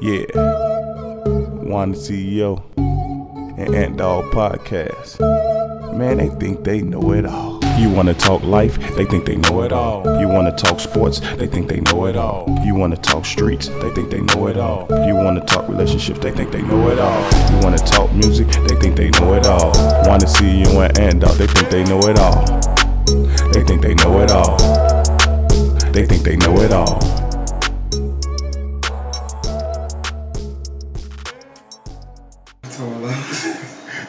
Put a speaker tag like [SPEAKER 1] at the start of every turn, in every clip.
[SPEAKER 1] Yeah. Wanda CEO and Ant Dog Podcast. Man, they think they know it all. You wanna talk life? They think they know it all. You wanna talk sports? They think they know it all. You wanna talk streets? They think they know it all. You wanna talk relationships? They think they know it all. You wanna talk music? They think they know it all. Wanna see you and Ant Dog? They think they know it all. They think they know it all. They think they know it all.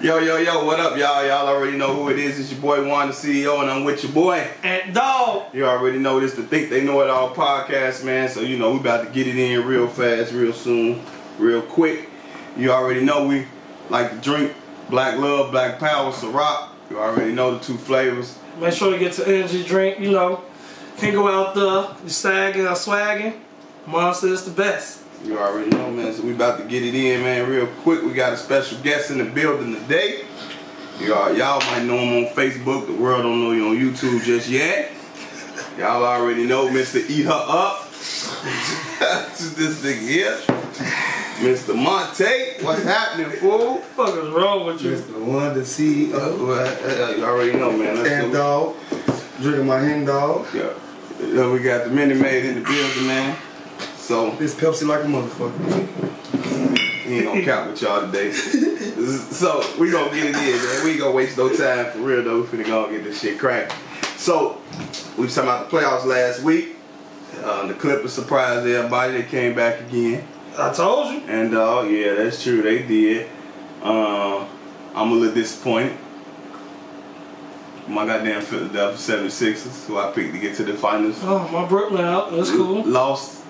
[SPEAKER 2] Yo, yo, yo, what up, y'all? Y'all already know who it is. It's your boy Juan, the CEO, and I'm with your boy.
[SPEAKER 3] And dog.
[SPEAKER 2] You already know this, the Think They Know It All podcast, man. So, you know, we about to get it in real fast, real soon, real quick. You already know we like to drink Black Love, Black Power, Ciroc. You already know the two flavors.
[SPEAKER 3] Make sure you get your energy drink, you know. Can't go out there, you sagging or swagging. Monster is the best.
[SPEAKER 2] You already know, man. So we about to get it in, man, real quick. We got a special guest in the building today. Y'all, y'all might know him on Facebook. The world don't know you on YouTube just yet. Y'all already know Mr. Eat Her Up. this nigga here. Mr. Monte, what's happening, fool?
[SPEAKER 3] What the fuck is wrong with you?
[SPEAKER 4] Mr. One, the CEO,
[SPEAKER 2] Well, uh, you already know, man. Let's
[SPEAKER 4] and
[SPEAKER 2] go.
[SPEAKER 4] E dog, drinking my hen dog.
[SPEAKER 2] Yeah. Yeah, we got the Minute Maid in the building, man. So
[SPEAKER 4] This Pepsi like a motherfucker.
[SPEAKER 2] He ain't gonna count with y'all today. so we gonna get it in, man. We ain't gonna waste no time for real though. We finna go and get this shit cracked. So we was talking about the playoffs last week. Uh, the Clippers surprised everybody. They came back again,
[SPEAKER 3] I told you.
[SPEAKER 2] and uh, yeah, that's true. They did. Uh, I'm a little disappointed. My goddamn Philadelphia 76ers, who I picked to get to the finals,
[SPEAKER 3] Oh, my Brooklyn out. That's cool.
[SPEAKER 2] lost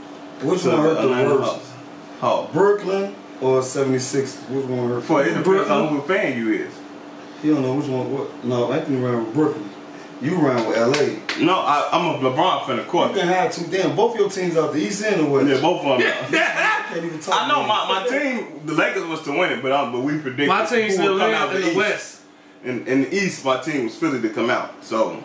[SPEAKER 4] Which
[SPEAKER 2] to
[SPEAKER 4] one
[SPEAKER 2] the
[SPEAKER 4] hurt the
[SPEAKER 2] Atlanta
[SPEAKER 4] worst?
[SPEAKER 2] Hawks. Hawks.
[SPEAKER 4] Brooklyn or 76? Which one hurt?
[SPEAKER 2] For it depends
[SPEAKER 3] Brooklyn.
[SPEAKER 2] on who fan you is.
[SPEAKER 4] You don't know which one. What? No, Anthony ran with Brooklyn. You ran with LA. You
[SPEAKER 2] No, I, I'm a LeBron fan, of course.
[SPEAKER 4] can have two. Damn, both your teams out the East and the West.
[SPEAKER 2] Yeah, both of them.
[SPEAKER 4] Can't even talk
[SPEAKER 2] I know
[SPEAKER 4] about
[SPEAKER 2] my, my team, the Lakers was to win it, but um, but we predicted
[SPEAKER 3] My team
[SPEAKER 2] who
[SPEAKER 3] still
[SPEAKER 2] would come out
[SPEAKER 3] live in the
[SPEAKER 2] East.
[SPEAKER 3] West.
[SPEAKER 2] In, in the East, my team was Philly to come out. So,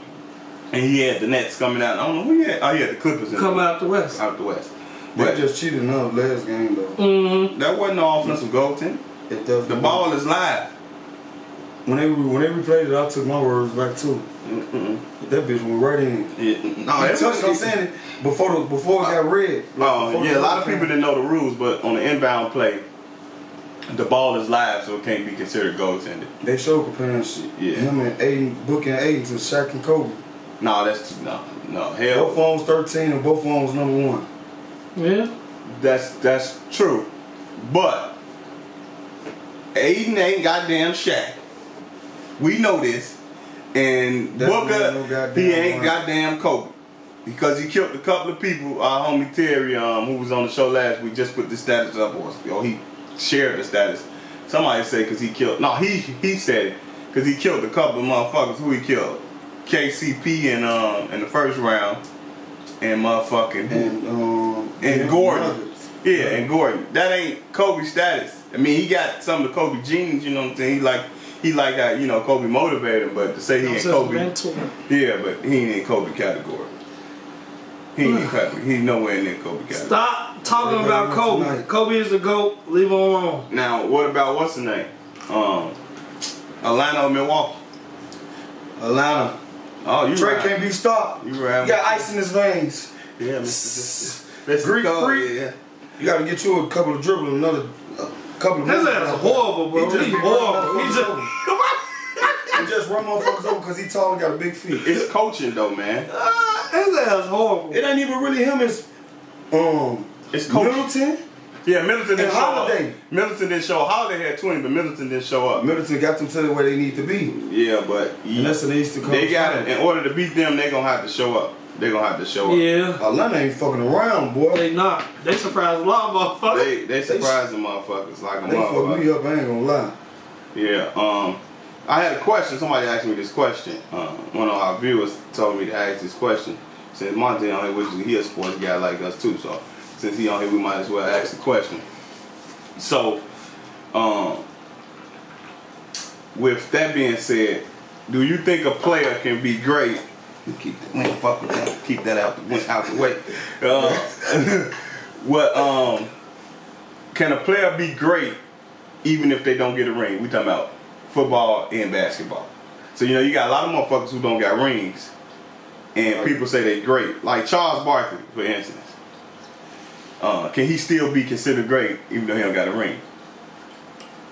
[SPEAKER 2] and he had the Nets coming out. I don't know who he had. Oh, he had the Clippers in
[SPEAKER 3] Come
[SPEAKER 2] the,
[SPEAKER 3] out the West.
[SPEAKER 2] out the West.
[SPEAKER 4] it.
[SPEAKER 2] But
[SPEAKER 4] They just cheated in the last game though.
[SPEAKER 3] Mm-hmm.
[SPEAKER 2] that wasn't no offensive goaltending.
[SPEAKER 4] It does
[SPEAKER 2] The ball is live.
[SPEAKER 4] When they when they replayed it, I took my words back too.
[SPEAKER 2] Mm-mm.
[SPEAKER 4] That bitch went right in.
[SPEAKER 2] Yeah, no,
[SPEAKER 4] You
[SPEAKER 2] it
[SPEAKER 4] touched.
[SPEAKER 2] was
[SPEAKER 4] I'm saying it before the before it got red.
[SPEAKER 2] Oh,
[SPEAKER 4] Before
[SPEAKER 2] yeah, a
[SPEAKER 4] the-
[SPEAKER 2] lot of people didn't know the rules, but on the inbound play, the ball is live, so it can't be considered goaltending.
[SPEAKER 4] They show comparing shit.
[SPEAKER 2] Yeah.
[SPEAKER 4] Him and Aiden, Book and Aiden to Shaq and Kobe.
[SPEAKER 2] No, that's no, no,
[SPEAKER 4] Both
[SPEAKER 2] hell,
[SPEAKER 4] phones 13 and both phones number one.
[SPEAKER 3] Yeah.
[SPEAKER 2] that's that's true, but Aiden ain't goddamn Shaq. We know this, and
[SPEAKER 4] That
[SPEAKER 2] Booker,
[SPEAKER 4] man no goddamn
[SPEAKER 2] he ain't
[SPEAKER 4] one.
[SPEAKER 2] goddamn Kobe because he killed a couple of people. Our homie Terry, um, who was on the show last week, just put the status up, or, or he shared the status. Somebody said because he killed. No, he he said it because he killed a couple of motherfuckers. Who he killed? KCP and um in the first round, and motherfucking
[SPEAKER 4] And um
[SPEAKER 2] and
[SPEAKER 4] yeah,
[SPEAKER 2] Gordon.
[SPEAKER 4] Brothers.
[SPEAKER 2] Yeah, and Gordon. That ain't Kobe status. I mean, he got some of the Kobe genes. You know what I'm saying? He like he like how you know Kobe motivated him, but to say he
[SPEAKER 3] I'm
[SPEAKER 2] ain't
[SPEAKER 3] just
[SPEAKER 2] Kobe,
[SPEAKER 3] mental.
[SPEAKER 2] yeah, but he ain't in Kobe category. He ain't in Kobe. He nowhere near Kobe category.
[SPEAKER 3] Stop talking about Kobe.
[SPEAKER 4] Tonight.
[SPEAKER 3] Kobe is the GOAT. Leave him alone.
[SPEAKER 2] Now, what about what's the name? Um, Atlanta or Milwaukee?
[SPEAKER 4] Atlanta.
[SPEAKER 2] Oh, you
[SPEAKER 4] Trey
[SPEAKER 2] right.
[SPEAKER 4] can't be stopped.
[SPEAKER 2] You right.
[SPEAKER 4] He got ice in his veins.
[SPEAKER 2] yeah, Mr. Mr.
[SPEAKER 4] Greek
[SPEAKER 2] Cole,
[SPEAKER 4] freak.
[SPEAKER 2] Yeah.
[SPEAKER 4] You gotta get you a couple of dribbles, another a couple of
[SPEAKER 3] His ass is horrible, bro.
[SPEAKER 4] He just
[SPEAKER 3] He's
[SPEAKER 4] be
[SPEAKER 3] horrible.
[SPEAKER 4] running
[SPEAKER 3] He
[SPEAKER 4] over.
[SPEAKER 3] just.
[SPEAKER 4] He just run motherfuckers over because he tall and got a big feet.
[SPEAKER 2] It's coaching though, man.
[SPEAKER 3] Ah, His ass is horrible.
[SPEAKER 4] It ain't even really him, it's um
[SPEAKER 2] It's coaching.
[SPEAKER 4] Middleton.
[SPEAKER 2] Yeah, Middleton didn't
[SPEAKER 4] And
[SPEAKER 2] show
[SPEAKER 4] Holiday.
[SPEAKER 2] up. Middleton didn't show up. Holiday had 20, but Middleton didn't show up.
[SPEAKER 4] Uh, Middleton got them to the where they need to be.
[SPEAKER 2] Yeah, but
[SPEAKER 4] And that's an Eastern Conference.
[SPEAKER 2] they got it.
[SPEAKER 4] final.
[SPEAKER 2] In order to beat them, they gonna have to show up. They gonna have to show up.
[SPEAKER 3] Yeah.
[SPEAKER 4] Atlanta ain't fucking around, boy.
[SPEAKER 3] They not. They surprised a lot of motherfuckers.
[SPEAKER 2] They they surprised the motherfuckers like a
[SPEAKER 4] They fucked me
[SPEAKER 2] motherfucker.
[SPEAKER 4] up, I ain't gonna lie.
[SPEAKER 2] Yeah. Um, I had a question. Somebody asked me this question. Um, one of our viewers told me to ask this question. Since Monty on here, which he a sports guy like us too, so since he on here, we might as well ask the question. So, um, with that being said, do you think a player can be great? Keep that, we ain't fuck with that. Keep that out the, out the way. Uh, what um, Can a player be great even if they don't get a ring? We talking about football and basketball. So you know you got a lot of motherfuckers who don't got rings, and people say they great. Like Charles Barkley, for instance. Uh, can he still be considered great even though he don't got a ring?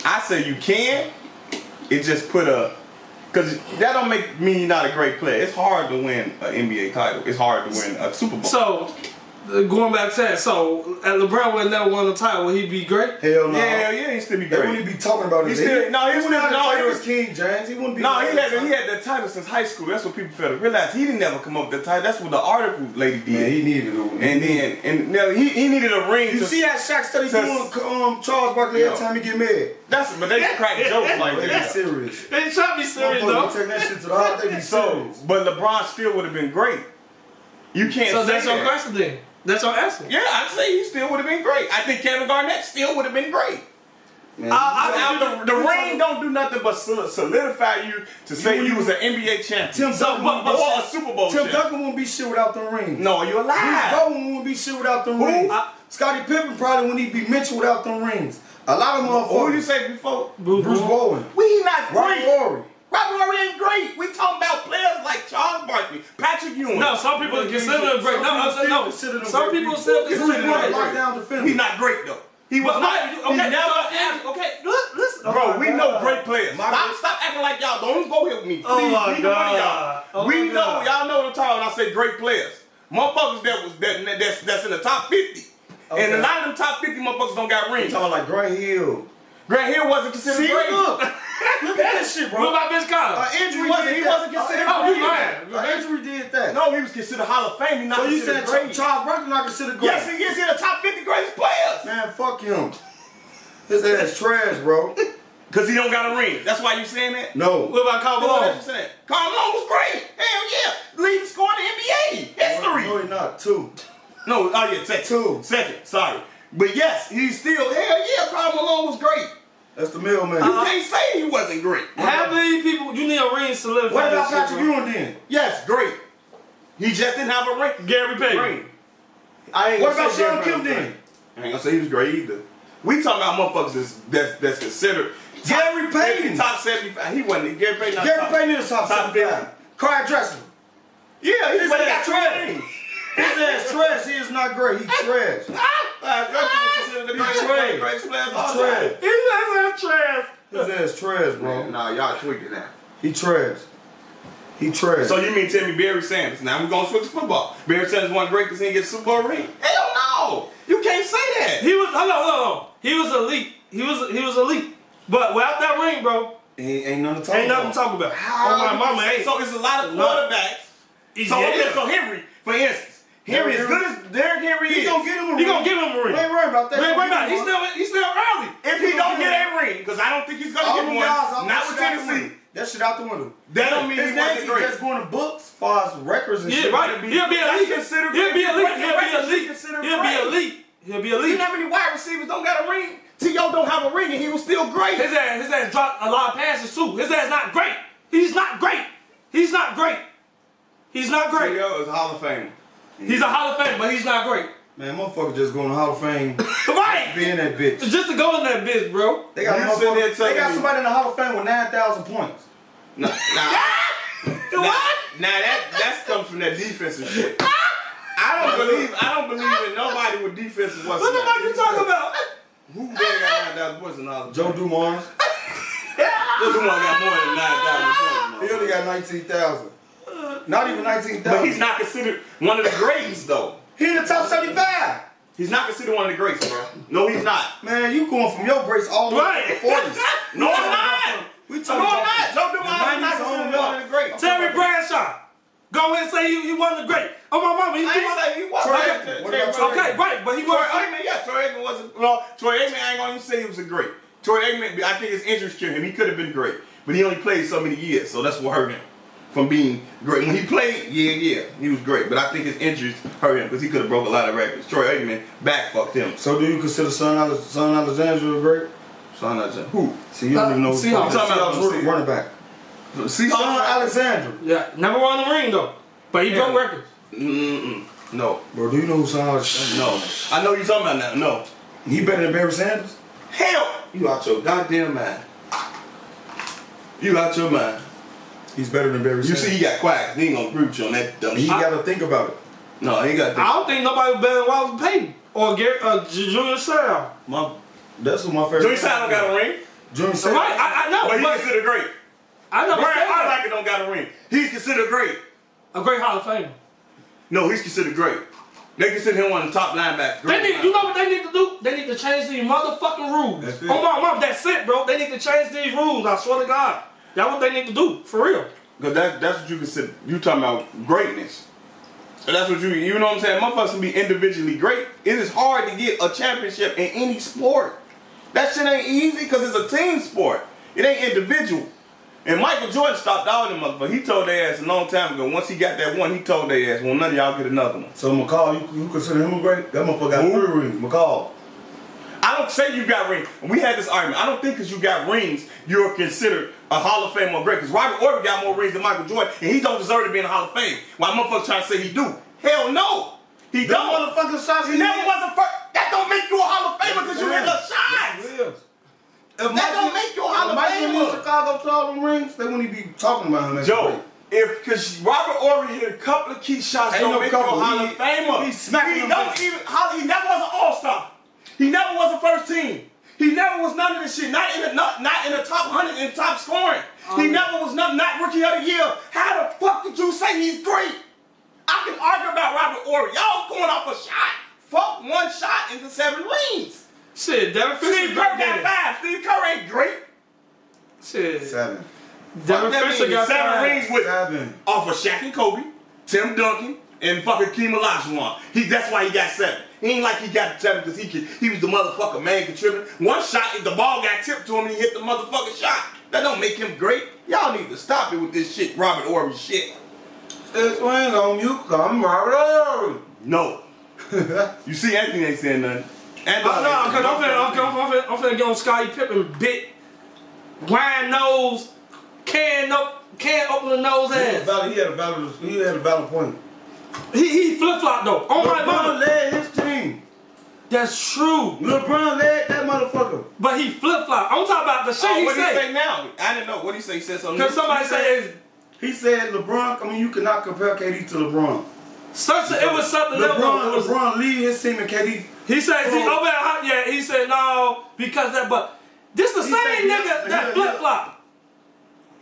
[SPEAKER 2] I say you can. It just put a because that don't make me not a great player. It's hard to win an NBA title. It's hard to win a Super Bowl.
[SPEAKER 3] So, uh, going back to that, so uh, LeBron would never won a title. Would he be great?
[SPEAKER 4] Hell no.
[SPEAKER 2] yeah, yeah, he still be
[SPEAKER 4] They
[SPEAKER 2] great.
[SPEAKER 4] wouldn't be talking about
[SPEAKER 2] He
[SPEAKER 4] it.
[SPEAKER 2] still- no, he
[SPEAKER 4] He's
[SPEAKER 2] wouldn't-
[SPEAKER 4] not
[SPEAKER 2] no, he
[SPEAKER 4] the title
[SPEAKER 2] was-
[SPEAKER 4] as King James. He wouldn't be.
[SPEAKER 2] No, he had
[SPEAKER 4] the
[SPEAKER 2] he had that title since high school. That's what people fail to realize. He didn't ever come up with that title. That's what the article lady did.
[SPEAKER 4] Man, he needed a ring.
[SPEAKER 2] and then and now he, he needed a ring.
[SPEAKER 4] you
[SPEAKER 2] to,
[SPEAKER 4] see that Shaq study
[SPEAKER 2] to-
[SPEAKER 4] doing um, Charles Barkley
[SPEAKER 2] Yo.
[SPEAKER 4] every time he get mad.
[SPEAKER 2] that's but they crack jokes like
[SPEAKER 4] They be
[SPEAKER 2] that.
[SPEAKER 4] serious.
[SPEAKER 3] They try to be serious
[SPEAKER 4] Motherfucker,
[SPEAKER 3] though.
[SPEAKER 4] take that shit to the heart. They be
[SPEAKER 2] So,
[SPEAKER 4] serious.
[SPEAKER 2] but LeBron still would have been great. You can't.
[SPEAKER 3] So
[SPEAKER 2] say
[SPEAKER 3] that's your
[SPEAKER 2] that.
[SPEAKER 3] question then. That's your answer.
[SPEAKER 2] Yeah, I'd say he still would have been great. I think Kevin Garnett still would have been great.
[SPEAKER 4] Man,
[SPEAKER 2] I, I, the, the
[SPEAKER 4] you
[SPEAKER 2] ring
[SPEAKER 4] talking-
[SPEAKER 2] don't do nothing but sol- solidify you to say
[SPEAKER 4] wouldn't
[SPEAKER 2] you was an NBA champion
[SPEAKER 4] Tim Duncan
[SPEAKER 2] but- but-
[SPEAKER 4] wouldn't
[SPEAKER 2] or a
[SPEAKER 4] be-
[SPEAKER 2] Super Bowl
[SPEAKER 4] Tim
[SPEAKER 2] champ.
[SPEAKER 4] Duncan won't be shit without the ring.
[SPEAKER 2] No, you
[SPEAKER 4] Bruce
[SPEAKER 2] alive.
[SPEAKER 4] Bowen won't be shit without them
[SPEAKER 2] Who?
[SPEAKER 4] rings.
[SPEAKER 2] I-
[SPEAKER 4] Scottie Pippen probably wouldn't even be Mitchell without them rings. A lot of motherfuckers.
[SPEAKER 2] What did you say before?
[SPEAKER 3] Bruce
[SPEAKER 4] Bruce Bowen.
[SPEAKER 2] We not
[SPEAKER 4] Robert
[SPEAKER 2] great.
[SPEAKER 4] Horry.
[SPEAKER 2] Robert Horry ain't great. We talking about players like Charles Barkley, Patrick Ewing.
[SPEAKER 3] No, some people consider him great. No, I'm saying no. Some
[SPEAKER 4] Some people still consider him great.
[SPEAKER 3] people still
[SPEAKER 4] Bruce
[SPEAKER 3] consider him
[SPEAKER 4] Bowen,
[SPEAKER 3] great.
[SPEAKER 4] lockdown defender.
[SPEAKER 2] he's not great though. He was
[SPEAKER 3] But
[SPEAKER 2] not.
[SPEAKER 3] no, okay,
[SPEAKER 2] he never.
[SPEAKER 3] that's what I'm saying. okay, look, listen.
[SPEAKER 2] Bro, we
[SPEAKER 4] Oh God.
[SPEAKER 2] know great players.
[SPEAKER 4] My-
[SPEAKER 2] stop, stop acting like y'all don't go here with me. Please,
[SPEAKER 3] Oh
[SPEAKER 2] neither
[SPEAKER 3] my
[SPEAKER 2] one of
[SPEAKER 3] God.
[SPEAKER 2] y'all.
[SPEAKER 3] Oh
[SPEAKER 2] we
[SPEAKER 3] my
[SPEAKER 2] know
[SPEAKER 3] God.
[SPEAKER 2] y'all know what I'm talking. When I say great players, motherfuckers that was that, that- that's that's in the top fifty, and a
[SPEAKER 4] Okay.
[SPEAKER 2] lot of them top fifty motherfuckers don't got rings.
[SPEAKER 4] Talking like Grant Hill.
[SPEAKER 2] Grant Hill wasn't considered
[SPEAKER 4] See,
[SPEAKER 2] great.
[SPEAKER 4] look. Look at that shit,
[SPEAKER 3] What
[SPEAKER 4] bro.
[SPEAKER 3] about Vince
[SPEAKER 4] Uh,
[SPEAKER 3] Carter?
[SPEAKER 4] injury
[SPEAKER 2] He wasn't-
[SPEAKER 4] did
[SPEAKER 2] he
[SPEAKER 4] that.
[SPEAKER 2] wasn't considered
[SPEAKER 4] Uh, injury
[SPEAKER 3] great.
[SPEAKER 4] did that. Uh, injury did that.
[SPEAKER 2] No, he was considered Hall of Fame. He not
[SPEAKER 4] so you
[SPEAKER 2] considered
[SPEAKER 4] said
[SPEAKER 2] great.
[SPEAKER 4] Charles Barkley not considered great?
[SPEAKER 2] Yes, he is. He's the top 50 greatest players.
[SPEAKER 4] Man, fuck him. His ass trash, bro.
[SPEAKER 2] Because he don't got a ring. That's why you saying that?
[SPEAKER 3] What
[SPEAKER 4] No.
[SPEAKER 3] about Carl Malone?
[SPEAKER 2] That's what you saying. Karl Malone was great. Hell yeah. Leading scorer in the NBA.
[SPEAKER 4] No,
[SPEAKER 2] History.
[SPEAKER 4] he not. Two.
[SPEAKER 2] No, oh yeah, second.
[SPEAKER 4] Two.
[SPEAKER 2] Second, sorry. But yes, he's still, hell yeah, Karl Malone was great.
[SPEAKER 4] That's the middleman.
[SPEAKER 2] You can't say he wasn't great.
[SPEAKER 3] How many people you need a ring to solidify?
[SPEAKER 4] Uh, what about
[SPEAKER 3] this shit,
[SPEAKER 4] Patrick
[SPEAKER 3] bro?
[SPEAKER 4] Ewing then?
[SPEAKER 2] Yes, great. He just didn't have a ring.
[SPEAKER 3] Gary Payton.
[SPEAKER 2] Ring. I ain't
[SPEAKER 4] What
[SPEAKER 2] gonna
[SPEAKER 4] about
[SPEAKER 2] say
[SPEAKER 4] Sean
[SPEAKER 2] Gary
[SPEAKER 4] Kim
[SPEAKER 2] Payton.
[SPEAKER 4] then?
[SPEAKER 2] I ain't gonna say he was great either. We talking about motherfuckers that's that's, that's considered top-
[SPEAKER 4] Gary Payton.
[SPEAKER 2] top seventy five. He wasn't Gary Payton. not
[SPEAKER 4] Gary
[SPEAKER 2] top-
[SPEAKER 4] Payton is top,
[SPEAKER 2] top
[SPEAKER 4] top 75. Clyde Drexler.
[SPEAKER 2] Yeah, he
[SPEAKER 4] His
[SPEAKER 2] but he got
[SPEAKER 4] ass
[SPEAKER 2] three
[SPEAKER 4] trash.
[SPEAKER 2] rings.
[SPEAKER 4] His ass trash. He is not great. He trash.
[SPEAKER 2] Clyde Drexler was considered the greatest player, greatest player of all
[SPEAKER 4] Trash.
[SPEAKER 2] time.
[SPEAKER 3] He's just a trash.
[SPEAKER 4] His ass trash,
[SPEAKER 2] Man,
[SPEAKER 4] bro.
[SPEAKER 2] Nah, y'all tweaking now.
[SPEAKER 4] He trash. He trash.
[SPEAKER 2] So you mean tell me Barry Sanders? Now we're gonna switch to football. Barry Sanders won great because he didn't get a Super Bowl ring. Hell no! You can't say that.
[SPEAKER 3] He was hold on, hold on. He was elite. He was he was elite. But without that ring, bro,
[SPEAKER 4] ain't, ain't nothing to talk
[SPEAKER 3] ain't
[SPEAKER 4] about.
[SPEAKER 3] nothing to talk about.
[SPEAKER 2] How
[SPEAKER 3] oh my
[SPEAKER 2] you
[SPEAKER 3] mama,
[SPEAKER 2] say-
[SPEAKER 3] ain't
[SPEAKER 2] So it's a lot of
[SPEAKER 3] Lot.
[SPEAKER 2] quarterbacks.
[SPEAKER 3] He's
[SPEAKER 2] So,
[SPEAKER 3] yeah.
[SPEAKER 2] okay, so Henry, for instance, Henry
[SPEAKER 4] Derrick
[SPEAKER 2] as
[SPEAKER 4] Henry.
[SPEAKER 2] good as Derrick Henry
[SPEAKER 4] He
[SPEAKER 2] is.
[SPEAKER 4] gonna get him a
[SPEAKER 3] He
[SPEAKER 4] ring.
[SPEAKER 3] gonna give him a ring.
[SPEAKER 4] Ain't worried about that.
[SPEAKER 3] Wait, wait,
[SPEAKER 4] He
[SPEAKER 3] wait. He's
[SPEAKER 4] gonna
[SPEAKER 3] still he's still early.
[SPEAKER 2] If he don't get that ring, because I don't think he's gonna
[SPEAKER 4] All
[SPEAKER 2] get
[SPEAKER 4] them
[SPEAKER 2] one,
[SPEAKER 4] guys, I'm
[SPEAKER 2] not with Tennessee.
[SPEAKER 4] That shit out the window.
[SPEAKER 2] That don't mean
[SPEAKER 4] His
[SPEAKER 2] he wasn't
[SPEAKER 4] name
[SPEAKER 2] great.
[SPEAKER 4] just going to books as far as records and
[SPEAKER 3] Yeah,
[SPEAKER 4] shit.
[SPEAKER 3] right. He'll be
[SPEAKER 2] That's
[SPEAKER 3] elite.
[SPEAKER 2] considered
[SPEAKER 3] He'll be
[SPEAKER 2] great.
[SPEAKER 3] elite.
[SPEAKER 2] Great
[SPEAKER 3] He'll
[SPEAKER 2] record.
[SPEAKER 3] be elite.
[SPEAKER 2] Considered
[SPEAKER 3] He'll be
[SPEAKER 2] great.
[SPEAKER 3] elite. He'll be
[SPEAKER 2] You
[SPEAKER 3] elite.
[SPEAKER 2] know how many wide receivers don't got a ring? T.O. don't have a ring and he was still great.
[SPEAKER 3] His ass, his ass dropped a lot of passes too. His ass not great. He's not great. He's not great. He's not great.
[SPEAKER 2] is Hall of Fame.
[SPEAKER 3] He's a Hall of Fame, but he's not great.
[SPEAKER 4] Man, motherfucker just going to Hall of Fame.
[SPEAKER 3] Right.
[SPEAKER 4] Being that bitch.
[SPEAKER 3] Just to go in that bitch, bro.
[SPEAKER 4] They got,
[SPEAKER 2] You
[SPEAKER 4] motherfucker-
[SPEAKER 2] sitting there telling
[SPEAKER 4] they got
[SPEAKER 2] me-
[SPEAKER 4] somebody in the Hall of Fame with 9,000 points.
[SPEAKER 2] Nah, nah,
[SPEAKER 3] What?
[SPEAKER 2] Now that that's comes from that defensive shit. I don't believe I don't believe in nobody with defensive whatsoever.
[SPEAKER 3] What the fuck you talking about?
[SPEAKER 2] Who they got nine thousand points in the Hall of Fame?
[SPEAKER 4] Joe Dumars,
[SPEAKER 2] Joe Dumars got more than nine thousand points.
[SPEAKER 4] he only got 19,000. Not even 19,000.
[SPEAKER 2] But he's not considered one of the greatest though.
[SPEAKER 4] He in the top 75.
[SPEAKER 2] He's not considered one of the greats, bro. No, he's not.
[SPEAKER 4] Man, you going from your grace all the way to
[SPEAKER 3] Right.
[SPEAKER 4] the 40s.
[SPEAKER 2] No, I'm not.
[SPEAKER 4] We
[SPEAKER 2] No,
[SPEAKER 4] talking
[SPEAKER 2] I'm
[SPEAKER 4] about
[SPEAKER 2] not. Joe
[SPEAKER 4] the
[SPEAKER 2] Dumars is not
[SPEAKER 4] 90s on
[SPEAKER 2] considered one of
[SPEAKER 4] up.
[SPEAKER 2] the greats.
[SPEAKER 3] Terry Bradshaw. Go ahead and say he, he wasn't great. Oh my mama,
[SPEAKER 2] I
[SPEAKER 3] he,
[SPEAKER 2] ain't
[SPEAKER 3] he
[SPEAKER 2] say he was.
[SPEAKER 4] Troy
[SPEAKER 2] Okay,
[SPEAKER 4] Aikman. What
[SPEAKER 2] Terry
[SPEAKER 4] about
[SPEAKER 2] Bradshaw.
[SPEAKER 4] Troy
[SPEAKER 3] wasn't okay, right, but he
[SPEAKER 2] Troy
[SPEAKER 3] wasn't.
[SPEAKER 2] Aikman, yeah, Troy Aikman wasn't. Well, Troy Aikman, I ain't gonna even say he was a great. Troy Aikman, I think his injuries killed him. He could have been great, but he only played so many years, so that's what hurt him from being great. When he played, yeah, yeah, he was great, but I think his injuries hurt him because he could have broke a lot of records. Troy Aikman back fucked him.
[SPEAKER 4] So do you consider Son, Ale- Son Alexander a great?
[SPEAKER 2] Son Alexander, who?
[SPEAKER 4] See, you don't
[SPEAKER 3] Uh,
[SPEAKER 4] even know who
[SPEAKER 3] see, I'm
[SPEAKER 4] the fuck-
[SPEAKER 2] talking about-
[SPEAKER 4] Seahawks running- running back.
[SPEAKER 2] See,
[SPEAKER 4] Son
[SPEAKER 2] Alexander.
[SPEAKER 4] Alexander.
[SPEAKER 3] Yeah, never won the ring though. But he broke records.
[SPEAKER 2] Mm-mm. No,
[SPEAKER 4] Bro, do you know who Son Alexander
[SPEAKER 2] no. I know you're talking about now. No,
[SPEAKER 4] He better than Barry Sanders?
[SPEAKER 2] Hell, you out your goddamn mind. You out your mind.
[SPEAKER 4] He's better than Barry
[SPEAKER 2] You
[SPEAKER 4] Sanders.
[SPEAKER 2] see, he got quiet. 'cause He ain't gonna agree with you on that dumb
[SPEAKER 4] he
[SPEAKER 2] shit.
[SPEAKER 4] got to think about it.
[SPEAKER 2] No, he got
[SPEAKER 3] I
[SPEAKER 2] that.
[SPEAKER 3] don't think nobody better than Walter Payton or Gary, uh, J- Junior Seau.
[SPEAKER 4] My, that's what my favorite.
[SPEAKER 5] Junior Side don't got a ring,
[SPEAKER 4] Junior Seau.
[SPEAKER 3] Right? I, I know.
[SPEAKER 5] but he's
[SPEAKER 3] but
[SPEAKER 5] considered great.
[SPEAKER 3] I never
[SPEAKER 5] Brian
[SPEAKER 3] said that.
[SPEAKER 5] Urlacher don't got a ring. He's considered great.
[SPEAKER 3] a great Hall of Famer.
[SPEAKER 5] No, he's considered great. They consider him one of the top linebackers.
[SPEAKER 3] They
[SPEAKER 5] Great
[SPEAKER 3] need, you know what they need to do? They need to change these motherfucking rules.
[SPEAKER 4] That's it.
[SPEAKER 3] Oh my mom, that's it, bro. They need to change these rules. I swear to God, that's what they need to do for real.
[SPEAKER 2] Because that's, that's what you consider. You talking about greatness. So that's what you, you know what I'm saying? Motherfuckers can be individually great. It is hard to get a championship in any sport. That shit ain't easy because it's a team sport. It ain't individual. And Michael Jordan stopped all them motherfuckers. He told their ass a long time ago. Once he got that one, he told their ass, well, none of y'all get another one.
[SPEAKER 4] So McCall, you, you consider him a great? That motherfucker got
[SPEAKER 2] Who?
[SPEAKER 4] three rings. McCall.
[SPEAKER 2] I don't say you got rings. We had this argument. I don't think because you got rings, you're considered a Hall of Fame or great. Because Robert Ory got more rings than Michael Jordan, and he don't deserve to be in the Hall of Fame. Why motherfuckers trying to say he do? Hell no, he
[SPEAKER 4] Them
[SPEAKER 2] don't.
[SPEAKER 4] motherfucking shots
[SPEAKER 2] He never was a first. That don't make you a Hall of Famer because you hit the shots.
[SPEAKER 4] Yes. If
[SPEAKER 2] That don't make you a Hall of
[SPEAKER 4] If Mikey
[SPEAKER 2] Famer.
[SPEAKER 4] in Chicago to all them rings, they wouldn't even be talking about him. as
[SPEAKER 2] Joe,
[SPEAKER 4] great.
[SPEAKER 2] if because Robert Ory hit a couple of key shots,
[SPEAKER 4] Ain't
[SPEAKER 2] don't
[SPEAKER 4] no
[SPEAKER 2] make you a
[SPEAKER 4] couple.
[SPEAKER 2] Hall
[SPEAKER 4] He-
[SPEAKER 2] of Famer.
[SPEAKER 4] he smacking
[SPEAKER 2] He
[SPEAKER 4] them
[SPEAKER 2] don't
[SPEAKER 4] bitches.
[SPEAKER 2] even. Hall- He never was an All Star. He never was a first team. He never was none of this shit. Not in the not, not in the top hundred in top scoring.
[SPEAKER 4] Um,
[SPEAKER 2] he never was none. Not rookie of the year. How the fuck did you say he's great? I can argue about Robert Ory. Y'all going off a shot. Fuck one shot into seven rings.
[SPEAKER 3] Shit, Devin Fisher.
[SPEAKER 2] Steve Kerr got five. Steve Kerr ain't great.
[SPEAKER 3] Shit,
[SPEAKER 4] Seven.
[SPEAKER 3] Devin
[SPEAKER 2] That
[SPEAKER 3] Fisher
[SPEAKER 2] means
[SPEAKER 3] got
[SPEAKER 2] seven
[SPEAKER 3] five.
[SPEAKER 2] rings with
[SPEAKER 4] Seven.
[SPEAKER 2] off of Shaq and Kobe, Tim Duncan, and fucking Keem Olajuwon. He that's why he got seven. He ain't like he got seven because he could, he was the motherfucker man contributing. One shot, if the ball got tipped to him, and he hit the motherfucking shot. That don't make him great. Y'all need to stop it with this shit, Robert Ory shit.
[SPEAKER 4] It's when on you come Robert
[SPEAKER 2] No. you see, Anthony ain't saying nothing. Anthony
[SPEAKER 3] Oh, no,
[SPEAKER 2] ain't
[SPEAKER 3] because
[SPEAKER 2] saying
[SPEAKER 3] I'm finna, I'm
[SPEAKER 2] nothing.
[SPEAKER 3] finna, I'm finna, I'm finna get on Scottie Pippen bit, wine nose, can up, can open the nose ass.
[SPEAKER 4] Orr. He had a valid. He had a valid point.
[SPEAKER 3] He, he flip flop though. Oh my
[SPEAKER 4] LeBron
[SPEAKER 3] mama,
[SPEAKER 4] led his team.
[SPEAKER 3] that's true.
[SPEAKER 4] LeBron led that motherfucker.
[SPEAKER 3] But he flip flop. I'm talking about the shit
[SPEAKER 2] Oh,
[SPEAKER 3] he
[SPEAKER 2] what did he
[SPEAKER 3] said.
[SPEAKER 2] say now? I didn't know. What did he say? He said something.
[SPEAKER 3] Cause somebody said
[SPEAKER 4] He said LeBron. I mean, you cannot compare KD to LeBron.
[SPEAKER 3] such a, it was something that
[SPEAKER 4] LeBron,
[SPEAKER 3] was-
[SPEAKER 4] LeBron lead his team and KD.
[SPEAKER 3] He said, see,
[SPEAKER 4] Oh.
[SPEAKER 3] oh man, how- yeah, he said no because that. But this the
[SPEAKER 4] He said
[SPEAKER 3] same
[SPEAKER 4] he-
[SPEAKER 3] nigga
[SPEAKER 4] he-
[SPEAKER 3] that
[SPEAKER 4] he-
[SPEAKER 3] flip flop.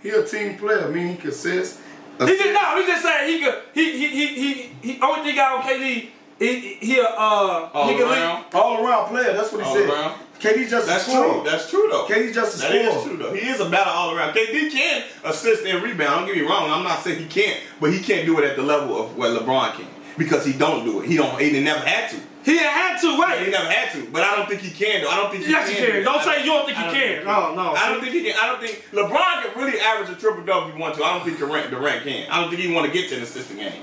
[SPEAKER 4] He a team player. I mean, he can assist.
[SPEAKER 3] He just no, he just said he could. He he he he. he only thing he got on KD, he he, he a, uh
[SPEAKER 2] All
[SPEAKER 3] he can
[SPEAKER 2] around.
[SPEAKER 3] lead.
[SPEAKER 4] All around player. That's what he
[SPEAKER 2] All
[SPEAKER 4] said.
[SPEAKER 2] around.
[SPEAKER 4] KD just
[SPEAKER 2] That's
[SPEAKER 4] a scorer.
[SPEAKER 2] true. That's true though.
[SPEAKER 4] KD just a
[SPEAKER 2] That is
[SPEAKER 4] scorer.
[SPEAKER 2] true though. He is a battle all around. KD can assist and rebound. Don't get me wrong. I'm not saying he can't, but he can't do it at the level of where LeBron can because he don't do it. He don't. He never had to.
[SPEAKER 3] He ain't had to
[SPEAKER 2] He
[SPEAKER 3] right.
[SPEAKER 2] never had to. But I don't think he can though. I don't think he
[SPEAKER 3] Yes,
[SPEAKER 2] can.
[SPEAKER 3] he can.
[SPEAKER 2] do it.
[SPEAKER 3] Don't say you don't think he
[SPEAKER 2] I
[SPEAKER 3] can.
[SPEAKER 2] think
[SPEAKER 3] No, no.
[SPEAKER 2] I don't think he can. I don't think LeBron can really average a triple double if he wants to. I don't think Durant, Durant can. I don't think he want to get to an assisting game.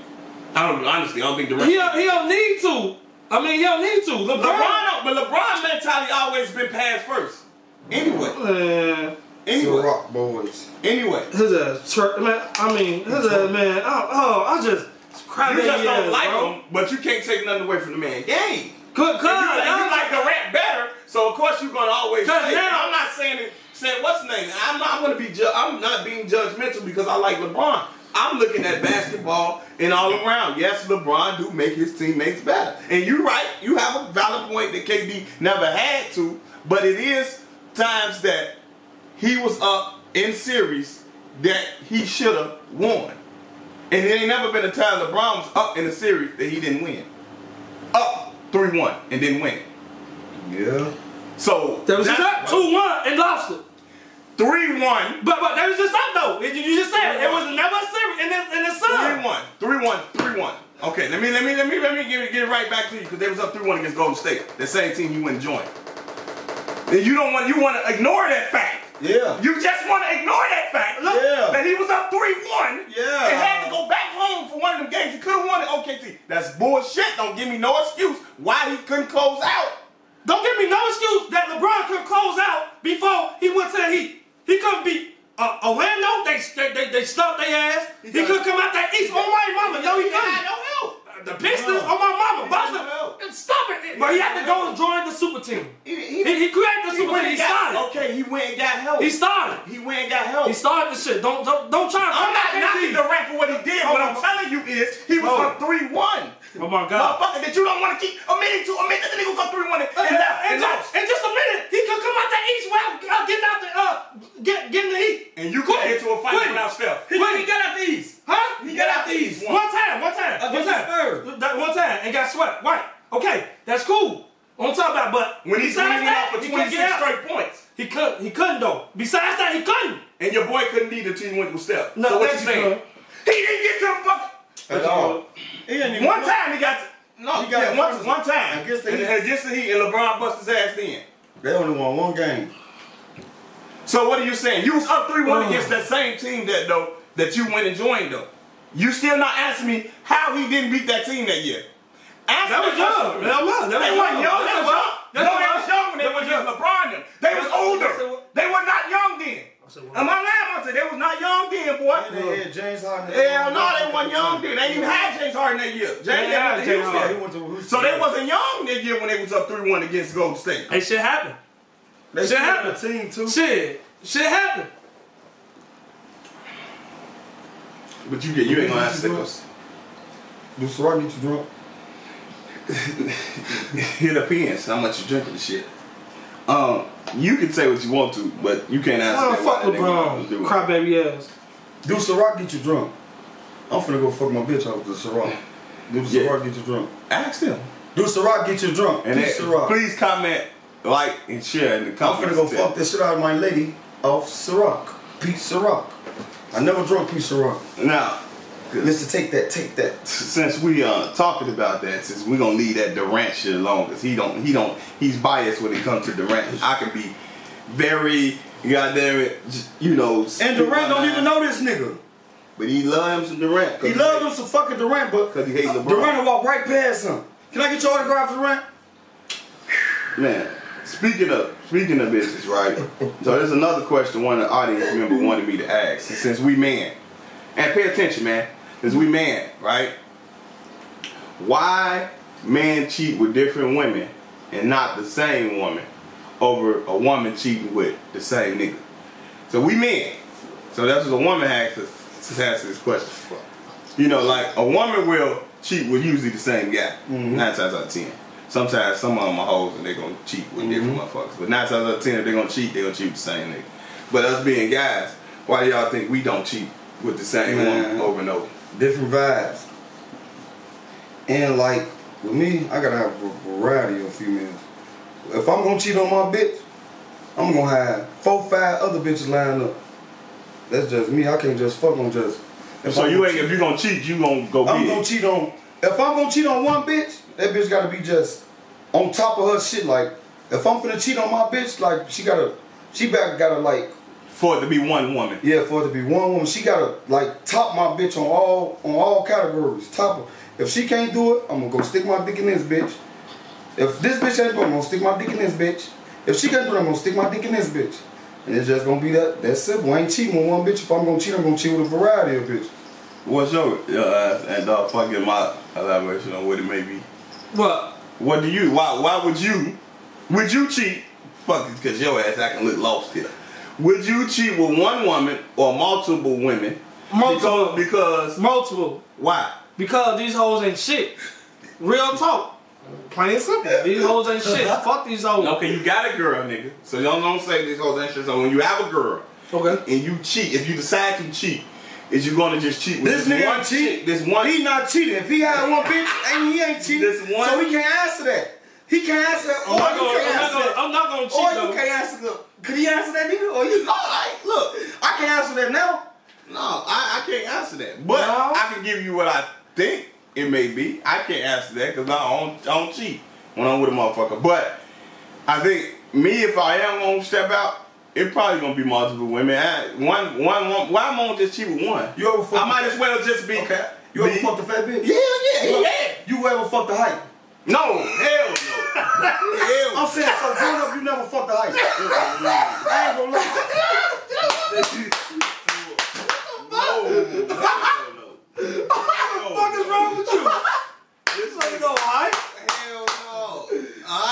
[SPEAKER 2] I don't honestly. I don't think Durant.
[SPEAKER 3] He don't, he don't need to. I mean, he don't need to. LeBron.
[SPEAKER 2] LeBron, don't- but LeBron mentality always been passed first. Anyway,
[SPEAKER 3] Man,
[SPEAKER 4] The
[SPEAKER 2] anyway,
[SPEAKER 4] Rock Boys.
[SPEAKER 2] anyway.
[SPEAKER 3] his ass. Church, man, I mean, his ass, man. Oh, oh, I just cry.
[SPEAKER 2] You just
[SPEAKER 3] baby
[SPEAKER 2] don't
[SPEAKER 3] ass,
[SPEAKER 2] like
[SPEAKER 3] bro.
[SPEAKER 2] him, but you can't take nothing away from the man. Game.
[SPEAKER 3] Good God,
[SPEAKER 2] You like,
[SPEAKER 3] I
[SPEAKER 2] you like Durant better, so of course you're gonna always.
[SPEAKER 3] Cause
[SPEAKER 2] say-
[SPEAKER 3] now-
[SPEAKER 2] I'm not saying it. Saying what's his name? I'm not gonna be. Ju- I'm not being judgmental because I like LeBron. I'm looking at basketball and all around. Yes, LeBron do make his teammates better, and you're right. You have a valid point that KD never had to, but it is times that he was up in series that he should have won. And it ain't never been a time LeBron was up in a series that he didn't win. Up 3 1 and didn't win.
[SPEAKER 4] Yeah.
[SPEAKER 2] So
[SPEAKER 3] That was just up two one and lost it.
[SPEAKER 2] 3 1.
[SPEAKER 3] But but that was just up though. You- You just said it. it was never a series in the in the
[SPEAKER 2] 3
[SPEAKER 3] sun.
[SPEAKER 2] 1. 3 1. 3 1. Okay, let me let me let me let me give it, get it right back to you because they was up 3 1 against Golden State. The same team you wouldn't join. And you don't want you want to ignore that fact.
[SPEAKER 4] Yeah.
[SPEAKER 2] You just want to ignore that fact. Look,
[SPEAKER 4] Yeah.
[SPEAKER 2] that he was up 3 1.
[SPEAKER 4] Yeah.
[SPEAKER 2] And had to go back home for one of them games. He could have won it. OKC. That's bullshit. Don't give me no excuse why he couldn't close out.
[SPEAKER 3] Don't give me no excuse that LeBron could close out before he went to the Heat. He couldn't beat uh, Orlando. They they they, they stumped their ass. He,
[SPEAKER 2] got-
[SPEAKER 3] could come out that East. Oh my mama, no
[SPEAKER 2] got
[SPEAKER 3] he
[SPEAKER 2] no
[SPEAKER 3] couldn't.
[SPEAKER 2] help.
[SPEAKER 3] The Pistons, oh my
[SPEAKER 2] got no
[SPEAKER 3] mama, Boston.
[SPEAKER 2] help.
[SPEAKER 3] couldn't stop it. But he had to go and join the super team. He, he created the super team. He started.
[SPEAKER 5] Okay, he went and got help.
[SPEAKER 3] He started.
[SPEAKER 5] He went and got help.
[SPEAKER 3] He started the shit. Don't don't don't try to
[SPEAKER 5] I'm not
[SPEAKER 3] come at
[SPEAKER 5] knocking
[SPEAKER 3] KD.
[SPEAKER 5] the rap for what he did. What I'm
[SPEAKER 3] Hold on.
[SPEAKER 5] telling you is he was
[SPEAKER 3] Hold
[SPEAKER 5] from 3 1.
[SPEAKER 3] Oh my God.
[SPEAKER 5] Motherfucker, that you don't want to keep admitting to. Admit that the nigga was from 3 1 and
[SPEAKER 3] And,
[SPEAKER 5] left.
[SPEAKER 3] and,
[SPEAKER 5] And
[SPEAKER 3] just,
[SPEAKER 5] lost.
[SPEAKER 3] in just a minute, he could come out the east without uh, getting out the uh, get getting the heat.
[SPEAKER 5] And you couldn't get to a fight
[SPEAKER 3] Quit.
[SPEAKER 5] without Steph.
[SPEAKER 3] He- he got
[SPEAKER 5] out these.
[SPEAKER 3] Huh?
[SPEAKER 5] He got out the East
[SPEAKER 3] One,
[SPEAKER 5] once.
[SPEAKER 3] time, one time, one
[SPEAKER 5] Against the
[SPEAKER 3] time.
[SPEAKER 5] Spurs.
[SPEAKER 3] That one time and got swept. Right. Okay, that's cool. On top of that, but
[SPEAKER 5] When he, when
[SPEAKER 3] besides
[SPEAKER 5] he went out
[SPEAKER 3] that,
[SPEAKER 5] for
[SPEAKER 3] he couldn't
[SPEAKER 5] 26
[SPEAKER 3] get out.
[SPEAKER 5] straight points.
[SPEAKER 3] He couldn't. He couldn't though. Besides that, he couldn't.
[SPEAKER 5] And your boy couldn't need the team went with Steph.
[SPEAKER 3] No,
[SPEAKER 5] so what you
[SPEAKER 3] that's
[SPEAKER 5] saying?
[SPEAKER 3] good.
[SPEAKER 5] He didn't get to the fuck.
[SPEAKER 4] At all. He didn't even
[SPEAKER 5] One
[SPEAKER 4] know.
[SPEAKER 5] time he got to, no,
[SPEAKER 4] He got
[SPEAKER 5] yeah,
[SPEAKER 4] it
[SPEAKER 5] one,
[SPEAKER 4] first.
[SPEAKER 5] one time.
[SPEAKER 4] Against the
[SPEAKER 5] and,
[SPEAKER 4] Heat.
[SPEAKER 5] and against the Heat, and LeBron bust his ass then.
[SPEAKER 4] They only won one game.
[SPEAKER 5] So what are you saying? You was up three one
[SPEAKER 3] Ugh.
[SPEAKER 5] against that same team that though that you went and joined though. You still not answering me how he didn't beat that team that year. Answer
[SPEAKER 3] That was
[SPEAKER 5] question
[SPEAKER 3] young.
[SPEAKER 5] for me.
[SPEAKER 3] That was- that
[SPEAKER 5] they
[SPEAKER 3] was
[SPEAKER 5] weren't
[SPEAKER 3] young.
[SPEAKER 5] young.
[SPEAKER 3] That
[SPEAKER 5] They
[SPEAKER 3] was
[SPEAKER 5] was
[SPEAKER 3] young.
[SPEAKER 5] young.
[SPEAKER 3] That
[SPEAKER 5] no,
[SPEAKER 3] was
[SPEAKER 5] they
[SPEAKER 3] young.
[SPEAKER 5] was young when they
[SPEAKER 3] That
[SPEAKER 5] were
[SPEAKER 3] was
[SPEAKER 5] just
[SPEAKER 3] young.
[SPEAKER 5] LeBron them. They was
[SPEAKER 3] I said
[SPEAKER 5] older.
[SPEAKER 3] what?
[SPEAKER 5] They were not young then.
[SPEAKER 3] said what?
[SPEAKER 5] Am I lying about you? They was not young then, boy.
[SPEAKER 4] And they had James Harden.
[SPEAKER 5] Hell no, they weren't young then. They didn't even have James Harden that year. James
[SPEAKER 3] They had
[SPEAKER 5] Harden
[SPEAKER 3] James
[SPEAKER 5] Houston.
[SPEAKER 4] Yeah, he went to Houston.
[SPEAKER 5] So they wasn't young that year when they was up 3-1 against Golden State.
[SPEAKER 3] Hey, shit happened.
[SPEAKER 4] They
[SPEAKER 3] Shit
[SPEAKER 4] still had a
[SPEAKER 3] happened.
[SPEAKER 4] team too.
[SPEAKER 3] Shit, shit happened.
[SPEAKER 2] But you get you ain't gonna have sickles.
[SPEAKER 4] Do Sorority get you drunk?
[SPEAKER 2] It depends how much you drinking the shit. Um, you can say what you want to, but you can't ask
[SPEAKER 3] Oh,
[SPEAKER 2] me
[SPEAKER 3] fuck
[SPEAKER 2] why that nigga
[SPEAKER 3] LeBron.
[SPEAKER 2] was doing it.
[SPEAKER 3] Crybaby ass.
[SPEAKER 4] Do Ciroc get you drunk? I'm finna go fuck my bitch off with Ciroc. Do
[SPEAKER 2] Yeah.
[SPEAKER 4] Ciroc get you drunk?
[SPEAKER 2] Ask them.
[SPEAKER 4] Do Ciroc get you drunk?
[SPEAKER 2] And
[SPEAKER 4] do
[SPEAKER 2] that-
[SPEAKER 4] Ciroc.
[SPEAKER 2] please comment, like, and share in the
[SPEAKER 4] I'm
[SPEAKER 2] comments.
[SPEAKER 4] finna go
[SPEAKER 2] there.
[SPEAKER 4] fuck the shit out of my lady off Ciroc. Pete Ciroc. I never drunk Pete Ciroc.
[SPEAKER 2] Now,
[SPEAKER 4] Mister, take that, take that.
[SPEAKER 2] since we uh talking about that, since we gonna leave that Durant shit alone, cause he don't he don't he's biased when it comes to Durant. I can be very goddamn it, j- you know.
[SPEAKER 4] And Durant don't even know this nigga.
[SPEAKER 2] but he loves him some Durant. 'cause
[SPEAKER 4] He loves him some fucking Durant, but
[SPEAKER 2] 'Cause he hate LeBron.
[SPEAKER 4] Durant will walk right past him. Can I get your autograph, Durant?
[SPEAKER 2] Man, speaking of speaking of business, right? so there's another question one of the audience member wanted me to ask. And since we man, and pay attention, man, since we man, right? Why men cheat with different women and not the same woman over a woman cheating with the same nigga? So we men. So that's what a woman has to, to answer this question. You know, like a woman will cheat with usually the same guy. Nine times out of ten. Sometimes some of them are hoes and they're gonna cheat with different motherfuckers. But nine times out of ten, if they're gonna cheat, they're gonna cheat with the same nigga. But us being guys, why do y'all think we don't cheat with the same
[SPEAKER 4] Man.
[SPEAKER 2] woman over and over?
[SPEAKER 4] Different vibes. And like with me, I gotta have a variety of females. If I'm gonna cheat on my bitch, I'm gonna have four, five other bitches lined up. That's just me. I can't just fuck on just. If
[SPEAKER 5] So
[SPEAKER 4] I'm
[SPEAKER 5] you
[SPEAKER 4] gonna
[SPEAKER 5] ain't if you gonna cheat, you gonna go
[SPEAKER 4] I'm
[SPEAKER 5] big.
[SPEAKER 4] gonna cheat on. If I'm gonna cheat on one bitch, that bitch gotta be just on top of her shit. Like, if I'm gonna cheat on my bitch, like she gotta, she back gotta like,
[SPEAKER 5] for it to be one woman.
[SPEAKER 4] yeah, for it to be one woman, she gotta like top my bitch on all on all categories. Top her. If she can't do it, I'm gonna go stick my dick in this bitch. If this bitch ain't doing, it, I'm gonna stick my dick in this bitch. If she can't do it, I'm gonna stick my dick in this bitch. And it's just gonna be that. That's simple. I ain't cheating with one bitch. If I'm gonna cheat, I'm gonna cheat with a variety of bitches.
[SPEAKER 2] What's your uh, and uh, fucking my elaboration on what it may be?
[SPEAKER 3] What?
[SPEAKER 2] What do you? Why? Why would you? Would you cheat? Fuck it, cause your ass acting look lost here. Would you cheat with one woman or multiple women?
[SPEAKER 3] Multiple.
[SPEAKER 2] Because, because
[SPEAKER 3] Multiple.
[SPEAKER 2] why?
[SPEAKER 3] Because these hoes ain't shit. Real talk. Plain and simple. These hoes ain't shit. Fuck these hoes.
[SPEAKER 2] Okay, you got a girl, nigga. So y'all don't say this whole shit. So when you have a girl
[SPEAKER 3] Okay.
[SPEAKER 2] and you cheat, if you decide to cheat, is you gonna just cheat with
[SPEAKER 4] This
[SPEAKER 2] this,
[SPEAKER 4] nigga
[SPEAKER 2] one
[SPEAKER 4] ain't cheating.
[SPEAKER 2] chick, This one.
[SPEAKER 4] He not cheating. If he had one bitch and he ain't cheating,
[SPEAKER 2] This one-
[SPEAKER 4] so he can't answer that. He can't answer that. Or
[SPEAKER 3] I'm not
[SPEAKER 4] you
[SPEAKER 3] gonna,
[SPEAKER 4] can't
[SPEAKER 3] I'm not
[SPEAKER 4] answer
[SPEAKER 3] gonna,
[SPEAKER 4] that.
[SPEAKER 3] I'm not gonna cheat
[SPEAKER 4] Or
[SPEAKER 3] though.
[SPEAKER 4] Oh, you can't answer that. Could he answer that nigga? Or
[SPEAKER 2] Oh,
[SPEAKER 4] you? All right, look, I can answer that now.
[SPEAKER 2] No, I, I can't answer that. But
[SPEAKER 3] No?
[SPEAKER 2] I can give you what I think it may be. I can't answer that because I don't, I don't cheat when I'm with a motherfucker. But I think me, if I am gonna step out, it probably gonna be multiple women. I, one, one, one. Why am I gonna just cheat with one?
[SPEAKER 4] You ever fuck?
[SPEAKER 2] I might as well just be.
[SPEAKER 4] Okay. You ever
[SPEAKER 2] be-
[SPEAKER 4] fucked a fat bitch?
[SPEAKER 2] Yeah, yeah,
[SPEAKER 4] You,
[SPEAKER 2] yeah.
[SPEAKER 4] you ever fucked a height?
[SPEAKER 2] No, hell no. hell.
[SPEAKER 4] I'm saying, so growing up, you never fucked a height. I ain't gonna lie.
[SPEAKER 2] No. Hell no.
[SPEAKER 3] What the fuck is wrong with you?
[SPEAKER 2] This
[SPEAKER 3] Like,
[SPEAKER 2] ain't
[SPEAKER 3] no, alright?
[SPEAKER 2] hell no.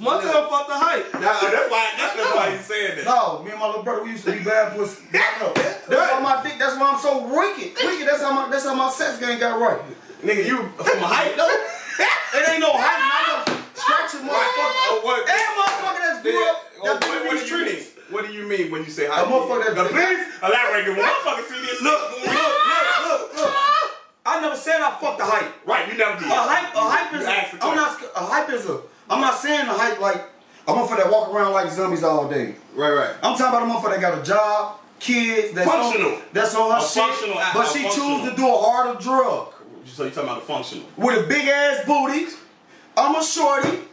[SPEAKER 3] Montel fucked the hype.
[SPEAKER 2] That's why. That's why he's saying that.
[SPEAKER 4] No, me and my little brother, we used to be bad pussy. No, no. That's why my dick. That's why I'm so wicked. Wicked. That's how my. That's how my sex game got right.
[SPEAKER 2] Nigga, you from a hype though?
[SPEAKER 4] It ain't no hype. I'm just scratching motherfucker.
[SPEAKER 2] Oh, what?
[SPEAKER 4] That motherfucker that's
[SPEAKER 2] Then-
[SPEAKER 4] grew
[SPEAKER 2] oh,
[SPEAKER 4] up. That
[SPEAKER 2] what,
[SPEAKER 4] been in
[SPEAKER 2] what
[SPEAKER 4] these
[SPEAKER 2] do you mean?
[SPEAKER 4] streets.
[SPEAKER 2] What do you mean when you say hype?
[SPEAKER 4] motherfucker
[SPEAKER 2] Now,
[SPEAKER 4] that's-
[SPEAKER 2] please elaborate. 'cause When I fucking see this,
[SPEAKER 4] Look, look, look, look, look. I never said I fucked the hype.
[SPEAKER 2] right, you never did.
[SPEAKER 4] A hype, a hype is.
[SPEAKER 2] You asked the
[SPEAKER 4] I'm
[SPEAKER 2] question.
[SPEAKER 4] not. sc- A hype is a. I'm not saying a hype like. I'm up for that walk around like zombies all day.
[SPEAKER 2] Right, right.
[SPEAKER 4] I'm talking about a motherfucker that got a job, kids, that's
[SPEAKER 2] Functional.
[SPEAKER 4] On, that's on her
[SPEAKER 2] A
[SPEAKER 4] shit,
[SPEAKER 2] functional act-
[SPEAKER 4] but
[SPEAKER 2] a
[SPEAKER 4] she
[SPEAKER 2] functional.
[SPEAKER 4] choose to do a harder drug
[SPEAKER 2] So you talking about the functional?
[SPEAKER 4] with a big ass booty. I'm a shorty.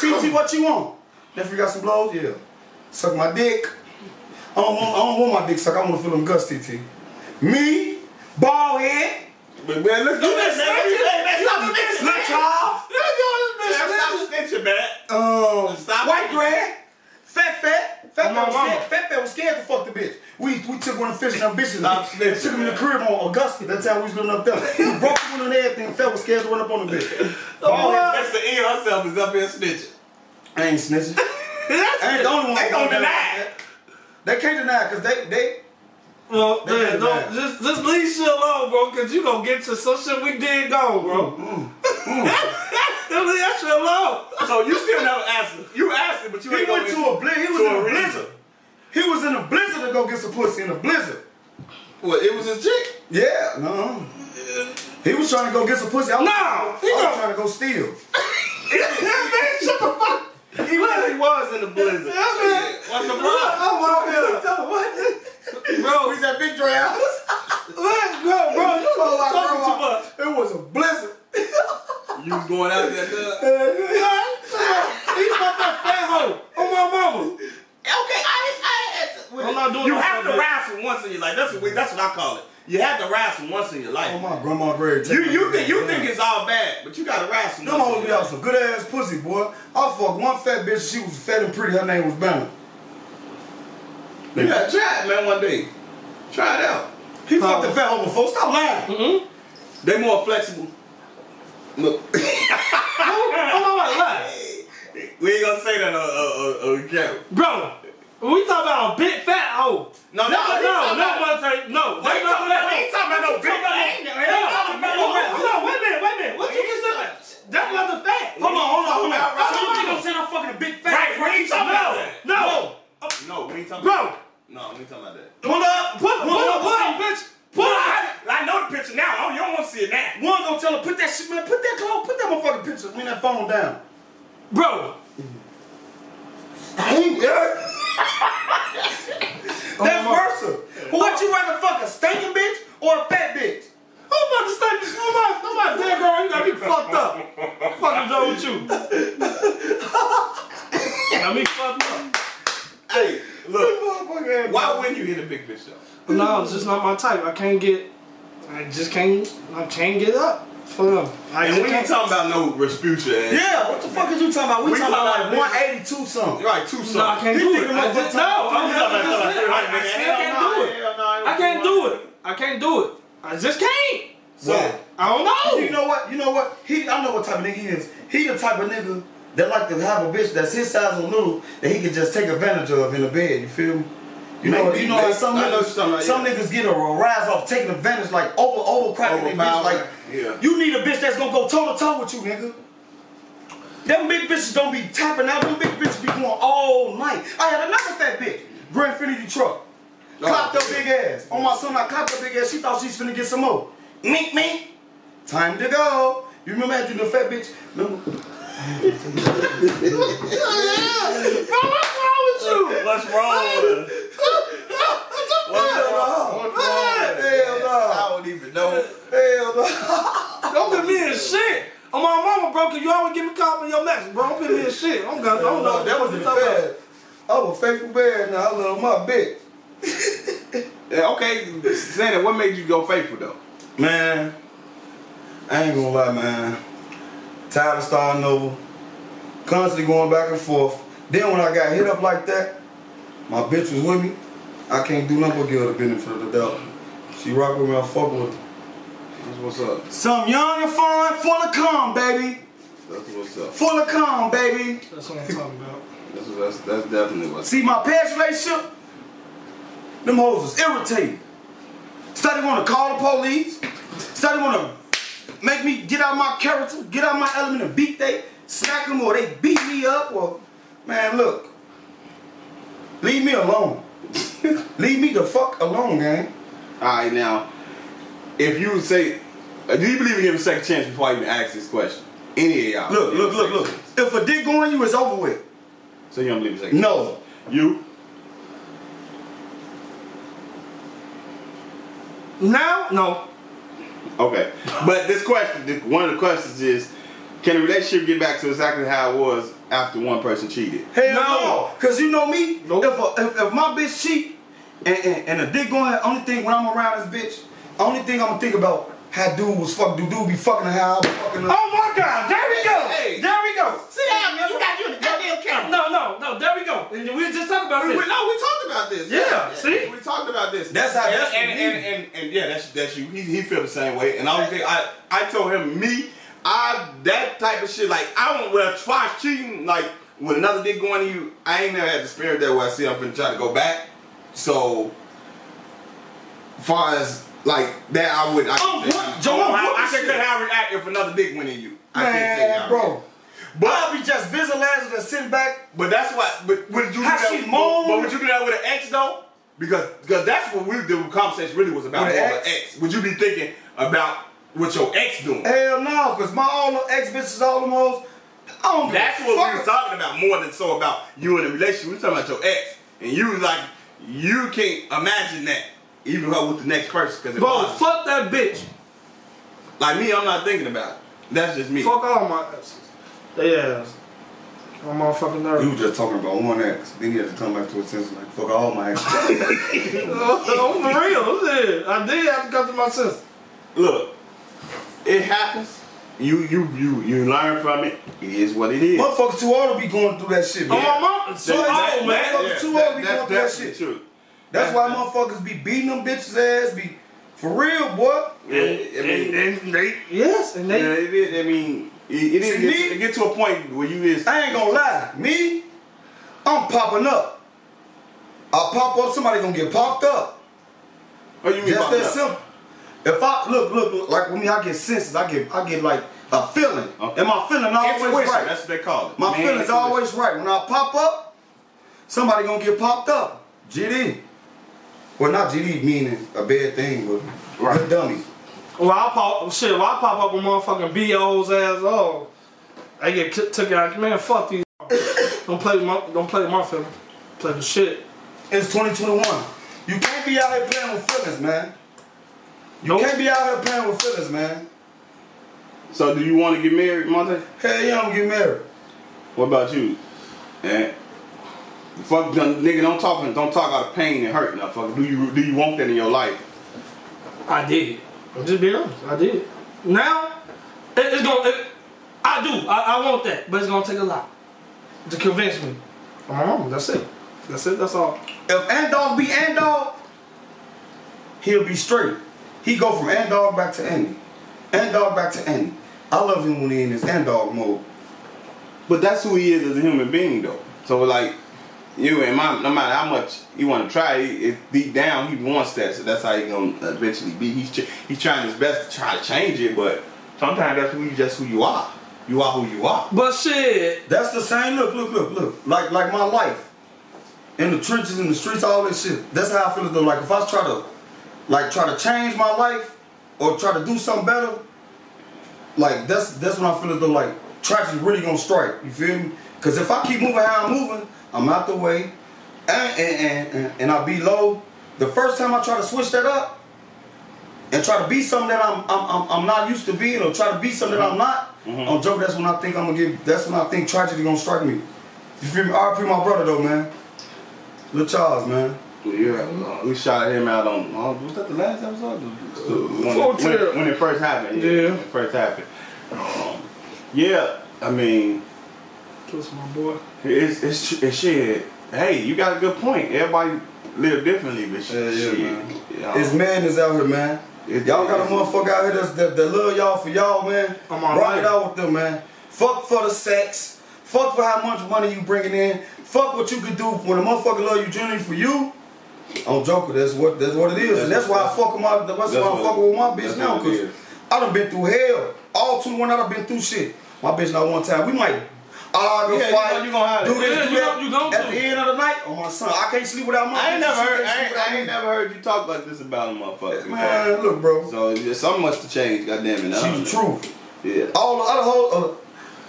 [SPEAKER 4] TT, what you want? Nephew got some blows? Yeah. Suck my dick. I don't want, I don't want my dick sucked. I want to feel them guts, TT. Me, bald head.
[SPEAKER 2] But man, look, you
[SPEAKER 3] just snitching.
[SPEAKER 2] Stop snitching.
[SPEAKER 4] Look, child.
[SPEAKER 2] Stop snitching, man.
[SPEAKER 4] Um,
[SPEAKER 2] Stop.
[SPEAKER 4] White grad, fat fat, fat
[SPEAKER 2] On
[SPEAKER 4] fat
[SPEAKER 2] my
[SPEAKER 4] was
[SPEAKER 2] mama.
[SPEAKER 4] scared. Fat fat was scared to fuck the bitch. We we took one of the fish and bitches.
[SPEAKER 2] Stop
[SPEAKER 4] and took him to the
[SPEAKER 2] snitching,
[SPEAKER 4] crib on Augusta. That's how we was living up there. We broke the window and everything. Fat was scared to run up on the bitch.
[SPEAKER 2] Oh,
[SPEAKER 4] Bald head.
[SPEAKER 2] Mr. E herself is up here snitching.
[SPEAKER 4] I ain't snitching. I ain't the only one.
[SPEAKER 2] They gonna
[SPEAKER 4] going
[SPEAKER 2] deny
[SPEAKER 4] that. They can't deny because they they
[SPEAKER 3] No,
[SPEAKER 4] They
[SPEAKER 3] man,
[SPEAKER 4] did
[SPEAKER 3] no,
[SPEAKER 4] that.
[SPEAKER 3] just just leave shit alone, bro, cause you gonna get to some shit we did go, bro. leave that shit alone.
[SPEAKER 2] So you still never answered. You asked it, but you
[SPEAKER 4] he
[SPEAKER 2] ain't
[SPEAKER 4] went to
[SPEAKER 2] gonna
[SPEAKER 4] a blizzard. He
[SPEAKER 2] to
[SPEAKER 4] was in
[SPEAKER 2] a
[SPEAKER 4] a
[SPEAKER 2] reason.
[SPEAKER 4] blizzard. He was in a blizzard to go get some pussy in a blizzard.
[SPEAKER 2] What? It was his chick.
[SPEAKER 4] Yeah, no. He was trying to go get some pussy. I
[SPEAKER 3] No,
[SPEAKER 4] was,
[SPEAKER 3] he
[SPEAKER 4] I was
[SPEAKER 3] gonna-
[SPEAKER 4] trying to go
[SPEAKER 3] That
[SPEAKER 4] steal.
[SPEAKER 3] man, shut the fuck.
[SPEAKER 2] He really was in the blizzard.
[SPEAKER 3] That
[SPEAKER 2] Shit, What's the
[SPEAKER 3] Look,
[SPEAKER 2] problem?
[SPEAKER 3] I'm out here.
[SPEAKER 4] Bro, he's at Big Dre house.
[SPEAKER 3] Let's go, bro. You
[SPEAKER 4] Oh, my
[SPEAKER 3] talking
[SPEAKER 4] grandma.
[SPEAKER 3] too much.
[SPEAKER 4] It was a blizzard.
[SPEAKER 2] You was going out there. duh.
[SPEAKER 3] He fucked that fat hoe on my mama.
[SPEAKER 2] Okay, I didn't. I didn't
[SPEAKER 3] I'm not doing
[SPEAKER 2] You
[SPEAKER 3] that
[SPEAKER 2] have
[SPEAKER 3] for
[SPEAKER 2] to
[SPEAKER 3] that.
[SPEAKER 2] wrestle once in your life. That's what we, that's what I call it. You have to wrestle once in your
[SPEAKER 4] Oh
[SPEAKER 2] life.
[SPEAKER 4] my grandma Greg.
[SPEAKER 2] You you think you think it's all bad, but you gotta wrestle.
[SPEAKER 4] them
[SPEAKER 2] once in
[SPEAKER 4] hoes be
[SPEAKER 2] your
[SPEAKER 4] out
[SPEAKER 2] life.
[SPEAKER 4] some good ass pussy, boy. I fucked one fat bitch. She was fat and pretty. Her name was Banner.
[SPEAKER 2] You gotta try it, man. One day, try it out.
[SPEAKER 4] He fucked the fat hoe before. Stop lying.
[SPEAKER 2] They more flexible. Look,
[SPEAKER 3] Oh my God.
[SPEAKER 2] we ain't gonna say that on uh, uh, uh, camera.
[SPEAKER 3] Bro, we talking about a big fat hoe.
[SPEAKER 2] No, no,
[SPEAKER 3] no,
[SPEAKER 2] he talking
[SPEAKER 3] no, no,
[SPEAKER 2] about-
[SPEAKER 3] one time. No,
[SPEAKER 2] Wait,
[SPEAKER 3] that's not
[SPEAKER 2] talking
[SPEAKER 3] what
[SPEAKER 2] about-
[SPEAKER 3] I-
[SPEAKER 2] he talking about no big fat.
[SPEAKER 3] No, no, wait a minute, wait a minute. What you consider? That wasn't fat. Hold on, hold on, hold on.
[SPEAKER 2] Right, right,
[SPEAKER 3] Somebody
[SPEAKER 2] right.
[SPEAKER 3] gonna say I'm fucking a big fat.
[SPEAKER 2] Right, we ain't talking about
[SPEAKER 3] No,
[SPEAKER 2] that.
[SPEAKER 3] no,
[SPEAKER 2] No, we ain't talking.
[SPEAKER 3] bro.
[SPEAKER 2] no, we ain't talking about that.
[SPEAKER 3] Pull up, put, pull up,
[SPEAKER 2] Pull
[SPEAKER 3] pull
[SPEAKER 2] up.
[SPEAKER 3] up, bitch. Pull
[SPEAKER 2] I,
[SPEAKER 3] up.
[SPEAKER 2] I know the picture now. Oh, you don't want to see it now.
[SPEAKER 4] One gonna tell her put that shit, man. Put that clothes. Put that motherfucking picture. I mean that phone down.
[SPEAKER 3] Bro,
[SPEAKER 4] That's
[SPEAKER 2] Oh,
[SPEAKER 4] versatile. Would you rather fuck a stinking bitch or a fat bitch?
[SPEAKER 3] I'm about to start this. I'm about, I'm about to dead, bro. You got me fucked up. Fucking done with you. Got me fucked up.
[SPEAKER 2] Hey, look.
[SPEAKER 4] Motherfucker,
[SPEAKER 2] Why wouldn't you hit a big bitch though?
[SPEAKER 3] No, it's just not my type. I can't get. I just can't. I can't get up for them. I
[SPEAKER 2] And
[SPEAKER 3] just
[SPEAKER 2] we ain't
[SPEAKER 3] can't.
[SPEAKER 2] talking about no Respucia. ass.
[SPEAKER 4] Yeah, what the fuck is you talking about? We,
[SPEAKER 2] We
[SPEAKER 4] talking
[SPEAKER 2] talking
[SPEAKER 4] about
[SPEAKER 2] about
[SPEAKER 4] like 182 something.
[SPEAKER 2] You're right, two
[SPEAKER 3] No, I
[SPEAKER 2] songs.
[SPEAKER 3] can't
[SPEAKER 4] He
[SPEAKER 3] do it.
[SPEAKER 4] thinking
[SPEAKER 3] I
[SPEAKER 4] about
[SPEAKER 3] just- No,
[SPEAKER 4] what time
[SPEAKER 3] I'm
[SPEAKER 2] you talking
[SPEAKER 3] not
[SPEAKER 2] about?
[SPEAKER 3] listening. I I still can't do it. I can't do it. I can't do it. I just can't.
[SPEAKER 4] So,
[SPEAKER 3] I don't know.
[SPEAKER 4] you know what? You know what? He, I know what type of nigga he is. He the type of nigga that like to have a bitch that's his size or little that he can just take advantage of in the bed. You feel me? You know,
[SPEAKER 2] Maybe,
[SPEAKER 4] you know, how
[SPEAKER 2] maybe.
[SPEAKER 4] some
[SPEAKER 2] I know what you're
[SPEAKER 4] niggas,
[SPEAKER 2] talking about,
[SPEAKER 4] some
[SPEAKER 2] yeah.
[SPEAKER 4] niggas get a rise off taking advantage, like over, overcrowding their bitch.
[SPEAKER 2] Overpowering,
[SPEAKER 4] Like,
[SPEAKER 2] yeah.
[SPEAKER 4] you need a bitch that's gonna go toe to toe with you, nigga. Them big bitches don't be tapping out. Them big bitches be going all night. I had another fat bitch, Grand Finity truck. Clocked her big ass. On my son, I clocked her big ass. She thought she's finna get some more. Meet me. Time to go. You remember after the fat bitch? Remember?
[SPEAKER 3] What's wrong with you?
[SPEAKER 2] What's wrong with her? What's wrong? What's wrong with her?
[SPEAKER 4] Hell no.
[SPEAKER 2] I don't even know.
[SPEAKER 4] Hell no.
[SPEAKER 3] Don't put me in shit. Oh my mama, bro, cause you always give me cop in your message, bro. Don't put me in shit. I'm gonna, I don't know.
[SPEAKER 4] that was the bad. I was faithful bad. Now I love my bitch.
[SPEAKER 2] Yeah, okay, Santa, what made you go faithful though?
[SPEAKER 4] Man, I ain't gonna lie, man. Tired of starting over, constantly going back and forth. Then when I got hit up like that, my bitch was with me. I can't do nothing but give her the benefit of the doubt. She rock with me, I fuck with her.
[SPEAKER 2] That's what's up.
[SPEAKER 4] Some young and fun, full of cum, baby.
[SPEAKER 2] That's what's up.
[SPEAKER 4] Full of calm, baby.
[SPEAKER 3] That's what I'm talking about.
[SPEAKER 2] That's that's, that's definitely what's up.
[SPEAKER 4] See, my past relationship, them hoes was irritating. Started want to call the police. Started want to make me get out my character, get out my element and beat they, smack them or they beat me up. Or, man, look, leave me alone. leave me the fuck alone, gang.
[SPEAKER 2] All right, now, if you would say, uh, do you believe in giving second chance before I even ask this question? Any of y'all?
[SPEAKER 4] Look,
[SPEAKER 2] believe
[SPEAKER 4] look,
[SPEAKER 2] in
[SPEAKER 4] look,
[SPEAKER 2] second
[SPEAKER 4] look.
[SPEAKER 2] chance?
[SPEAKER 4] If a dick going you, it's over with.
[SPEAKER 2] So you don't believe in second?
[SPEAKER 4] No.
[SPEAKER 2] chance? You?
[SPEAKER 3] Now, no.
[SPEAKER 2] Okay. But this question, the- one of the questions is, can a relationship get back to exactly how it was after one person cheated?
[SPEAKER 4] Hell no.
[SPEAKER 3] No.
[SPEAKER 4] Cause you know me.
[SPEAKER 3] Nope.
[SPEAKER 4] If, a, if if my bitch cheat and, and and a dick going, only thing when I'm around this bitch, only thing I'm gonna think about how dude was fuck dude dude be fucking her, how I was fucking her.
[SPEAKER 3] Oh my God! There we go.
[SPEAKER 5] Hey.
[SPEAKER 3] There we go.
[SPEAKER 5] Sit down, man. You got you in the goddamn camera.
[SPEAKER 3] No, no, no. There we go. And we were just talking about
[SPEAKER 5] We-
[SPEAKER 3] this.
[SPEAKER 5] no, we talked about this.
[SPEAKER 3] Yeah, see?
[SPEAKER 5] we talked about this.
[SPEAKER 4] That's how-
[SPEAKER 5] And,
[SPEAKER 4] that's
[SPEAKER 5] and,
[SPEAKER 4] what
[SPEAKER 5] and, and, and, yeah, that's that's you. He, he feel the same way. And I was think I I told him me I that type of shit like I won't well twice cheating like when another dick going to you. I ain't never had the spirit that where I see I'm finna try to go back. So far as like that, I would. I
[SPEAKER 3] Oh,
[SPEAKER 5] can't say-
[SPEAKER 3] what? Joel,
[SPEAKER 5] I-
[SPEAKER 3] what
[SPEAKER 5] I
[SPEAKER 3] was
[SPEAKER 5] can
[SPEAKER 3] it?
[SPEAKER 5] tell how I react if another dick went in you. I can't say how I
[SPEAKER 4] Man, bro.
[SPEAKER 5] react. But
[SPEAKER 4] I'll be just visualizing and sitting back.
[SPEAKER 5] but that's why. But would you?
[SPEAKER 4] How
[SPEAKER 5] do that,
[SPEAKER 4] she moan.
[SPEAKER 5] But would you do that with an ex though? Because because that's what we the conversation really was about.
[SPEAKER 4] With an
[SPEAKER 5] more of
[SPEAKER 4] ex?
[SPEAKER 5] an ex. Would you be thinking about what your ex doing?
[SPEAKER 4] Hell no, cause my all the ex bitches, all them hoes. I don't give a
[SPEAKER 5] That's what we
[SPEAKER 4] fuck.
[SPEAKER 5] was talking about more than so about you in a relationship. We talking about your ex, and you was like you can't imagine that even her with the next person because
[SPEAKER 3] Bro, fuck that bitch.
[SPEAKER 5] like me, I'm not thinking about it. That's just me.
[SPEAKER 3] Fuck all my asses. They ass. I'm motherfucking nervous.
[SPEAKER 4] You
[SPEAKER 2] were just talking about one ex. Then you had to come back to a sense like, fuck all my exes.
[SPEAKER 3] Oh, I'm for real. Yeah, I did have to come to my sister.
[SPEAKER 5] Look,
[SPEAKER 2] it happens. You you you you learn from it. It is what it is.
[SPEAKER 4] Motherfuckers too old to be going through that shit,
[SPEAKER 3] Oh,
[SPEAKER 4] man.
[SPEAKER 3] my mom. So
[SPEAKER 4] That-
[SPEAKER 3] old,
[SPEAKER 4] that-
[SPEAKER 3] man.
[SPEAKER 4] that- too old to be going through that shit.
[SPEAKER 5] True.
[SPEAKER 4] That's why motherfuckers be beating them bitches ass, be for real, boy.
[SPEAKER 5] Yeah, I mean,
[SPEAKER 3] yes, and they.
[SPEAKER 5] Yeah, it is. I mean, it, it, is,
[SPEAKER 4] To
[SPEAKER 5] it,
[SPEAKER 4] me-
[SPEAKER 5] it get to a point where you is.
[SPEAKER 4] I ain't gonna lie, me, I'm popping up. I pop up, somebody gonna get popped up.
[SPEAKER 5] Oh, you mean
[SPEAKER 4] Just
[SPEAKER 5] by
[SPEAKER 4] that
[SPEAKER 5] now?
[SPEAKER 4] simple. If I look, look, look, like with me, I get senses. I get, I get like a feeling,
[SPEAKER 5] Okay.
[SPEAKER 4] and my feeling always
[SPEAKER 5] Intuition,
[SPEAKER 4] right.
[SPEAKER 5] That's what they call it.
[SPEAKER 4] my
[SPEAKER 5] Man,
[SPEAKER 4] feelings
[SPEAKER 5] intuition.
[SPEAKER 4] always right. When I pop up, somebody gonna get popped up. GD. Well, not GD meaning a bad thing, but good dummy.
[SPEAKER 3] Well, I pop shit. Well, I pop up a motherfucking bo's ass. Oh, I get ki- took out. Man, fuck these. don't play with my. Don't play with my feelings. Play with shit.
[SPEAKER 4] It's 2021. You can't be out here playing with feelings, man. You
[SPEAKER 3] Nope.
[SPEAKER 4] can't be out here playing with feelings, man.
[SPEAKER 2] So do you want to get married, Monte?
[SPEAKER 4] Hell yeah, I'm getting married.
[SPEAKER 2] What about you? Eh? Fuck, done- nigga, don't talk, don't talk out of pain and hurt. Now, fuck, do you do you want that in your life?
[SPEAKER 3] I did. I'm just being honest. I did. Now, it, it's gonna. It, I do. I, I want that, but it's gonna take a lot to convince me. I'm wrong. That's it. That's it. That's all.
[SPEAKER 4] If Andog be Andog, he'll be straight. He go from Andog back to Andy. Andog back to Andy. I love him when he in his Andog mode.
[SPEAKER 2] But that's who he is as a human being, though. So like, you and my, no matter how much you want to try, it, it- deep down he wants that. So that's how he gonna eventually be. He's ch- he's trying his best to try to change it, but sometimes that's who you just who you are. You are who you are.
[SPEAKER 3] But shit.
[SPEAKER 4] That's the same. Look, look, look, look. Like like my life. In the trenches, in the streets, all this shit. That's how I feel though. Like if I try to like try to change my life or try to do something better, like that's that's when I feel as though like tragedy really gonna strike. You feel me? Cause if I keep moving how I'm moving, I'm out the way. And and, and, and, and I be low. The first time I try to switch that up and try to be something that I'm I'm, I'm, I'm not used to being or try to be something that I'm not, I'm joking, that's when I think I'm gonna get that's when I think tragedy gonna strike me. You feel me? RP my brother though, man. Lil Charles, man.
[SPEAKER 2] Yeah, uh, we shot him out on. uh, Was that the last episode? When,
[SPEAKER 3] Full
[SPEAKER 2] it-
[SPEAKER 3] tilt.
[SPEAKER 2] when, when it first happened. Yeah.
[SPEAKER 3] Yeah.
[SPEAKER 2] When it first happened. Um, yeah, I mean,
[SPEAKER 3] Kiss my boy.
[SPEAKER 2] it's it's, tr- it's shit. Hey, you got a good point. Everybody live differently, but shit.
[SPEAKER 4] Yeah, yeah,
[SPEAKER 2] shit,
[SPEAKER 4] man.
[SPEAKER 2] you know.
[SPEAKER 4] It's madness out here, man.
[SPEAKER 2] It-
[SPEAKER 4] y'all got a
[SPEAKER 2] it-
[SPEAKER 4] motherfucker out here that's, that, that love y'all for y'all, man.
[SPEAKER 3] I'm all
[SPEAKER 4] Rock
[SPEAKER 3] right.
[SPEAKER 4] it out with them, man. Fuck for the sex. Fuck for how much money you bringing in. Fuck what you could do when a motherfucker love you genuinely for you. I'm joker. That's what that's what it is, and that's
[SPEAKER 2] That's
[SPEAKER 4] why I
[SPEAKER 2] what-
[SPEAKER 4] fuck with my. That's, why
[SPEAKER 2] what-
[SPEAKER 4] I'm fucking with my
[SPEAKER 2] that's
[SPEAKER 4] bitch now,
[SPEAKER 2] what it
[SPEAKER 4] cause
[SPEAKER 2] is.
[SPEAKER 4] I done been through hell. All two one, I done been through shit. My bitch not one time. We might argue,
[SPEAKER 2] Yeah, you
[SPEAKER 4] fight,
[SPEAKER 2] gonna- you gonna have
[SPEAKER 4] do
[SPEAKER 2] it.
[SPEAKER 4] this,
[SPEAKER 3] Yeah,
[SPEAKER 4] do
[SPEAKER 3] you
[SPEAKER 4] that.
[SPEAKER 3] gon- you gon'
[SPEAKER 4] At
[SPEAKER 3] to.
[SPEAKER 4] the end of the night, oh my son, I can't sleep without my.
[SPEAKER 2] I ain't
[SPEAKER 4] bitch.
[SPEAKER 2] never
[SPEAKER 4] She
[SPEAKER 2] heard.
[SPEAKER 4] can't
[SPEAKER 2] I
[SPEAKER 4] sleep
[SPEAKER 2] ain't,
[SPEAKER 4] without
[SPEAKER 2] I ain't
[SPEAKER 4] me.
[SPEAKER 2] never heard you talk like this about a motherfucker.
[SPEAKER 4] Man, look, bro.
[SPEAKER 2] So yeah, something must have changed. Goddamn it! I
[SPEAKER 4] She
[SPEAKER 2] don't
[SPEAKER 4] the
[SPEAKER 2] know.
[SPEAKER 4] truth.
[SPEAKER 2] Yeah.
[SPEAKER 4] All the other whole, uh,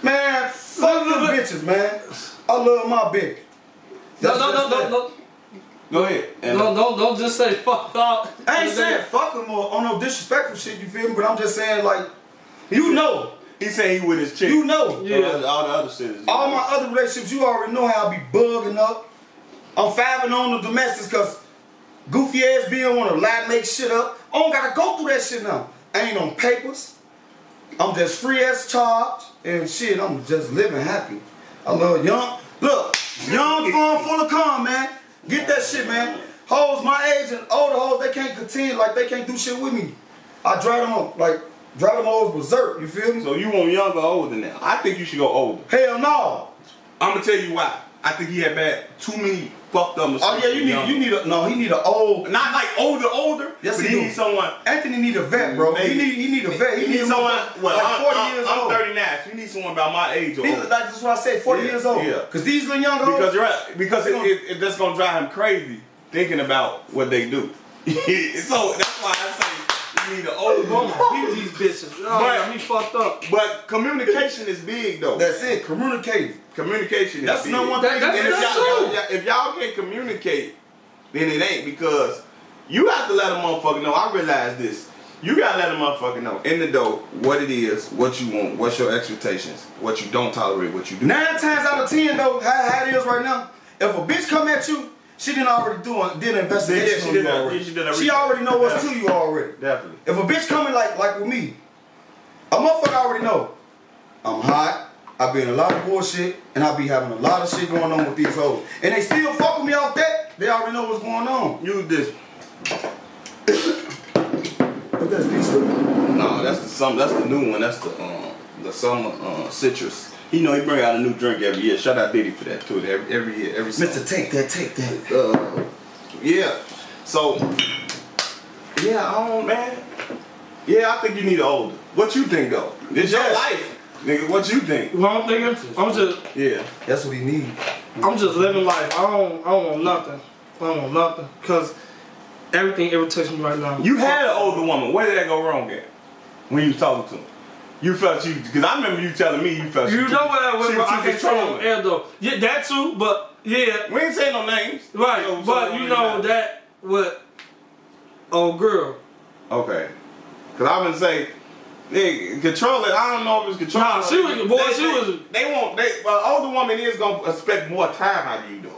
[SPEAKER 4] man, fuck them bitches, man. I love my bitch.
[SPEAKER 3] No,
[SPEAKER 4] That's
[SPEAKER 3] no, no,
[SPEAKER 4] just
[SPEAKER 3] no,
[SPEAKER 4] that.
[SPEAKER 3] no,
[SPEAKER 2] Go ahead. And
[SPEAKER 3] no, no, don't just say fuck out.
[SPEAKER 4] I ain't saying fuck them or on no disrespectful shit. You feel me? But I'm just saying like, you know,
[SPEAKER 2] He said he with his chick.
[SPEAKER 4] you know.
[SPEAKER 2] So
[SPEAKER 3] Yeah.
[SPEAKER 2] All the other shit is.
[SPEAKER 4] All my other relationships, you already know how I be bugging up. I'm fiving on the domestics because goofy ass being want to lie, make shit up. I don't gotta go through that shit now. I ain't on papers. I'm just free as charge and shit. I'm just living happy. I love young. Look, young fun full of calm, man. Get that shit, man. Hoes my age and older hoes, they can't contend like they can't do shit with me. I drive them on like drive them hoes berserk. You feel me?
[SPEAKER 2] So you want younger, or older now? I think you should go older.
[SPEAKER 4] Hell no.
[SPEAKER 2] I'm gonna tell you why. I think he had bad too many fucked up mistakes.
[SPEAKER 4] Oh yeah, you need you need a no. He need an old.
[SPEAKER 2] not like older, older.
[SPEAKER 4] Yes,
[SPEAKER 2] but
[SPEAKER 4] he
[SPEAKER 2] he
[SPEAKER 4] do.
[SPEAKER 2] needs someone.
[SPEAKER 4] Anthony need a vet, bro.
[SPEAKER 2] Maybe.
[SPEAKER 4] He need he need a vet. He,
[SPEAKER 2] You
[SPEAKER 4] need,
[SPEAKER 2] need someone.
[SPEAKER 4] like
[SPEAKER 2] Well, I'm,
[SPEAKER 4] 40
[SPEAKER 2] I'm,
[SPEAKER 4] years
[SPEAKER 2] I'm
[SPEAKER 4] old.
[SPEAKER 2] 39. So you need someone about my age or
[SPEAKER 4] He,
[SPEAKER 2] older.
[SPEAKER 4] like that's what I say. Forty
[SPEAKER 2] Yeah,
[SPEAKER 4] years old.
[SPEAKER 2] yeah.
[SPEAKER 4] Cause these little young hoes.
[SPEAKER 2] Because you're right. Because
[SPEAKER 4] They
[SPEAKER 2] it,
[SPEAKER 4] gonna-
[SPEAKER 2] it, it, that's gonna drive him crazy thinking about what they do. so that's why I say you need an older
[SPEAKER 3] Oh
[SPEAKER 2] woman.
[SPEAKER 3] my, these bitches. Oh,
[SPEAKER 2] But-
[SPEAKER 3] me fucked up.
[SPEAKER 2] But communication is big though.
[SPEAKER 4] that's it. Communicating.
[SPEAKER 2] communication is
[SPEAKER 4] That's
[SPEAKER 2] big.
[SPEAKER 4] number one
[SPEAKER 3] That-
[SPEAKER 4] thing.
[SPEAKER 3] that's-
[SPEAKER 2] And
[SPEAKER 4] And
[SPEAKER 2] if
[SPEAKER 4] it's-
[SPEAKER 3] that's-
[SPEAKER 2] y'all,
[SPEAKER 3] true.
[SPEAKER 2] y'all- y'all- if y'all can't communicate, then it ain't because you have to let a motherfucker know. I realize this. You gotta let a motherfucker know in the dough what it is, what you want, what's your expectations, what you don't tolerate, what you do.
[SPEAKER 4] Nine times out of ten though, how, how it is right now. If a bitch come at you, she didn't already do a, did an investigation.
[SPEAKER 2] she
[SPEAKER 4] on
[SPEAKER 2] did
[SPEAKER 4] you
[SPEAKER 2] a-
[SPEAKER 4] already.
[SPEAKER 2] she did a
[SPEAKER 4] she
[SPEAKER 2] research.
[SPEAKER 4] already know what's to you already.
[SPEAKER 2] Definitely.
[SPEAKER 4] If a bitch coming like like with me, a motherfucker already know. I'm hot. I be in a lot of bullshit, and I be having a lot of shit going on with these hoes. And they still fuck with me off that. They already know what's going on.
[SPEAKER 2] Use this.
[SPEAKER 4] But that's decent.
[SPEAKER 2] No, that's the summer. That's the new one. That's the um, the summer uh, citrus. You know he bring out a new drink every year. Shout out Diddy for that too. Every, every year, every summer.
[SPEAKER 4] Mister, take that, take that.
[SPEAKER 2] Uh, yeah. So, yeah, I don't, man. Yeah, I think you need an older. What you think though? It's your
[SPEAKER 4] Yes.
[SPEAKER 2] life, nigga. What you think?
[SPEAKER 3] Well, I'm thinking, I'm just,
[SPEAKER 2] Yeah.
[SPEAKER 4] That's what he need.
[SPEAKER 3] I'm just living life. I don't, I don't want nothing. I don't want nothing, cause everything irritates me right now.
[SPEAKER 2] You had an older woman. Where did that go wrong at? When you was talking to her, you felt you because I remember you telling me you felt
[SPEAKER 3] you
[SPEAKER 2] she-
[SPEAKER 3] know what I was.
[SPEAKER 2] she
[SPEAKER 3] bro,
[SPEAKER 2] was
[SPEAKER 3] I
[SPEAKER 2] too
[SPEAKER 3] can't say on
[SPEAKER 2] controlling.
[SPEAKER 3] air though. Yeah, that too, but yeah,
[SPEAKER 2] We ain't saying no names,
[SPEAKER 3] right.
[SPEAKER 2] So- so
[SPEAKER 3] but
[SPEAKER 2] it
[SPEAKER 3] you
[SPEAKER 2] don't
[SPEAKER 3] know
[SPEAKER 2] matter.
[SPEAKER 3] that what? Oh, girl.
[SPEAKER 2] Okay. Cause I've been saying, nigga, control it. I don't know if it's control.
[SPEAKER 3] Nah, she was- boy,
[SPEAKER 2] They-
[SPEAKER 3] she
[SPEAKER 2] they-
[SPEAKER 3] was-
[SPEAKER 2] They want they. Well, older woman is gonna expect more time out of you though.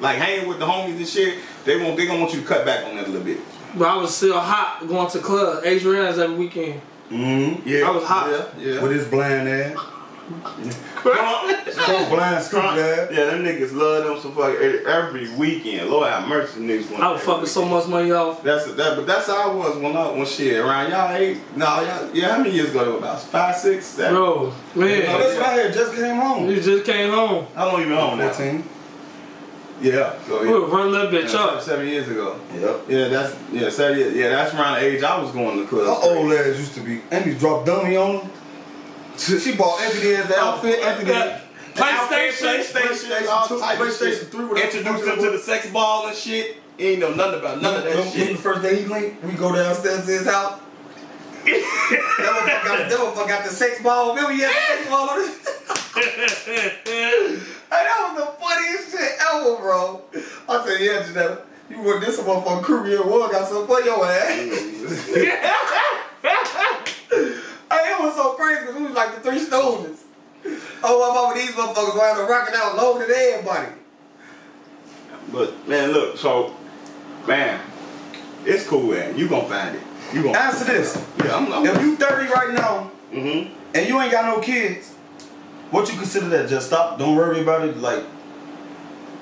[SPEAKER 2] Like hanging with the homies and shit. They want. They gonna want you to cut back on that a little bit.
[SPEAKER 3] But I was still hot going to club, Adrian's every weekend.
[SPEAKER 2] Mm-hmm. Yeah.
[SPEAKER 3] I was hot.
[SPEAKER 2] Yeah. yeah.
[SPEAKER 4] With his blind ass,
[SPEAKER 2] Drunk.
[SPEAKER 4] Some blind
[SPEAKER 2] Drunk.
[SPEAKER 4] stupid ass.
[SPEAKER 2] Yeah, them niggas love them some fucking every- every weekend. Lord have mercy, niggas. want
[SPEAKER 3] I was
[SPEAKER 2] every
[SPEAKER 3] fucking so
[SPEAKER 2] weekend.
[SPEAKER 3] much money off.
[SPEAKER 2] That's that, but that's how I was when I when shit around y'all eight. Nah, y'all, yeah, how many years ago? About five, six, seven.
[SPEAKER 3] Bro,
[SPEAKER 4] Now,
[SPEAKER 3] man,
[SPEAKER 4] that's what I had just came home.
[SPEAKER 3] you just came home.
[SPEAKER 2] I don't even own that.
[SPEAKER 4] 14.
[SPEAKER 2] Yeah. So,
[SPEAKER 3] We
[SPEAKER 2] yeah.
[SPEAKER 3] would run little
[SPEAKER 2] Yeah,
[SPEAKER 3] bitch
[SPEAKER 2] seven,
[SPEAKER 3] up.
[SPEAKER 2] seven years ago.
[SPEAKER 4] Yep.
[SPEAKER 2] Yeah, that's yeah, seven years. Yeah, that's around the age I was going to
[SPEAKER 4] How
[SPEAKER 2] clubs.
[SPEAKER 4] old ass used to be? Anthony dropped dummy on him. She bought Anthony as the outfit. Anthony.
[SPEAKER 3] Yeah. PlayStation.
[SPEAKER 2] PlayStation, all
[SPEAKER 4] PlayStation two,
[SPEAKER 2] type of shit.
[SPEAKER 4] PlayStation three, whatever.
[SPEAKER 2] Introduced them to the sex ball and shit. Ain't know nothing about none of that
[SPEAKER 4] Remember The
[SPEAKER 2] shit.
[SPEAKER 4] first day he linked, we go downstairs to his house. that motherfucker got- that motherfucker got the sex ball. Remember he had the sex ball on his- Hey, that was the funniest shit ever, bro. I said, yeah, Janetta, you were this motherfucker crew me and one got something for your ass. Hey, it was so crazy because we was like the three Stooges. Oh, my mama, these motherfuckers wound up rocking out longer than everybody.
[SPEAKER 2] But man, look, so man, it's cool, man. You gonna find it. You gonna
[SPEAKER 4] Answer this.
[SPEAKER 2] Yeah, I'm, I'm
[SPEAKER 4] If you 30 right now
[SPEAKER 2] mm-hmm.
[SPEAKER 4] and you ain't got no kids, what you consider that? Just stop. Don't worry about it. Like,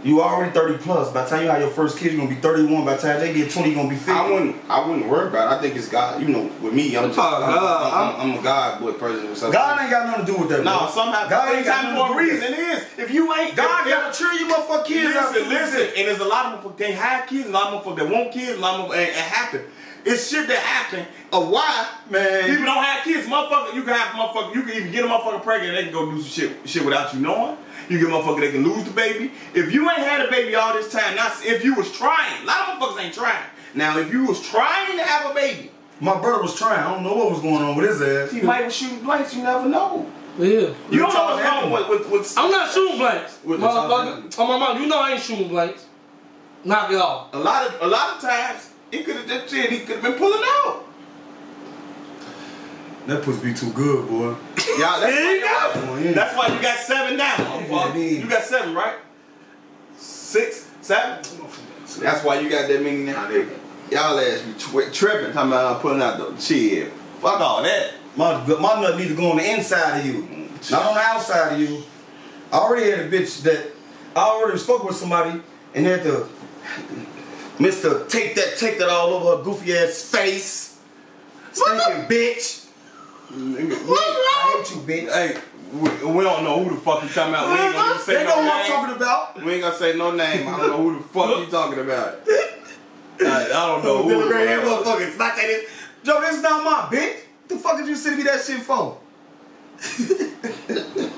[SPEAKER 4] You already 30 plus. By the time you have your first kid, you're gonna be 31. By the time they get 20, you're gonna be 50.
[SPEAKER 2] I wouldn't. I wouldn't worry about it. I think it's God. You know, with me, I'm just.
[SPEAKER 6] Oh,
[SPEAKER 2] I'm,
[SPEAKER 6] God.
[SPEAKER 2] I'm- I'm- I'm a God boy person. Or something.
[SPEAKER 4] God ain't got nothing to do with that.
[SPEAKER 2] No,
[SPEAKER 4] bro.
[SPEAKER 2] somehow
[SPEAKER 4] God
[SPEAKER 2] God
[SPEAKER 4] ain't got
[SPEAKER 2] for a
[SPEAKER 4] nothing to do
[SPEAKER 2] reason It is if you ain't
[SPEAKER 4] God
[SPEAKER 2] if-
[SPEAKER 4] got to cheer you motherfucking kids out.
[SPEAKER 2] Listen, listen, and there's a lot of motherfuckers, they have kids, a lot of motherfuckers that want kids, a lot of motherfuckers, and it happen. It's shit that happen of why
[SPEAKER 4] Man.
[SPEAKER 2] people don't have kids. Motherfucker, you can have motherfucker, you can even get a motherfucker pregnant and they can go do some shit, shit without you knowing. You get a motherfucker, they can lose the baby. If you ain't had a baby all this time, not if you was trying, a lot of motherfuckers ain't trying. Now, if you was trying to have a baby,
[SPEAKER 4] My brother was trying. I don't know what was going on with his ass.
[SPEAKER 2] you might be shooting blanks, you never know.
[SPEAKER 3] Yeah.
[SPEAKER 2] You don't know
[SPEAKER 4] Charles
[SPEAKER 2] what's wrong with, with, with
[SPEAKER 3] I'm not shooting blanks.
[SPEAKER 2] With the Taliban.
[SPEAKER 3] Motherfucker. Oh, my mom, you know I ain't shooting blanks. Knock it off.
[SPEAKER 2] a lot of a lot of times, it could have just said he could have been pulling out.
[SPEAKER 4] That pussy be too good, boy.
[SPEAKER 2] Y'all, that's,
[SPEAKER 3] There you
[SPEAKER 2] why
[SPEAKER 4] go.
[SPEAKER 2] y'all- that's why you got seven now. motherfucker.
[SPEAKER 4] Yeah.
[SPEAKER 2] You got seven, right? Six, seven. That's why you got that many now. nigga. Y'all ass be tri- tripping, talking about putting out the shit. Fuck all that.
[SPEAKER 4] My my nut need to go on the inside of you, not on the outside of you. I already had a bitch that I already was fucking with somebody and had to, Mister, take that, take that all over her goofy ass face, stinking bitch. I hate you, bitch.
[SPEAKER 2] Hey, we, we don't know who the fuck you talking about. We ain't gonna even
[SPEAKER 4] They
[SPEAKER 2] say
[SPEAKER 4] know
[SPEAKER 2] no
[SPEAKER 4] what I'm
[SPEAKER 2] name.
[SPEAKER 4] talking about.
[SPEAKER 2] We ain't gonna say no name. I don't know who the fuck you talking about. I, I don't know who.
[SPEAKER 4] Them
[SPEAKER 2] the
[SPEAKER 4] gray-haired
[SPEAKER 2] fuck-
[SPEAKER 4] motherfuckers. It's not that it- Yo, this is not my bitch. The fuck did you send me that shit for?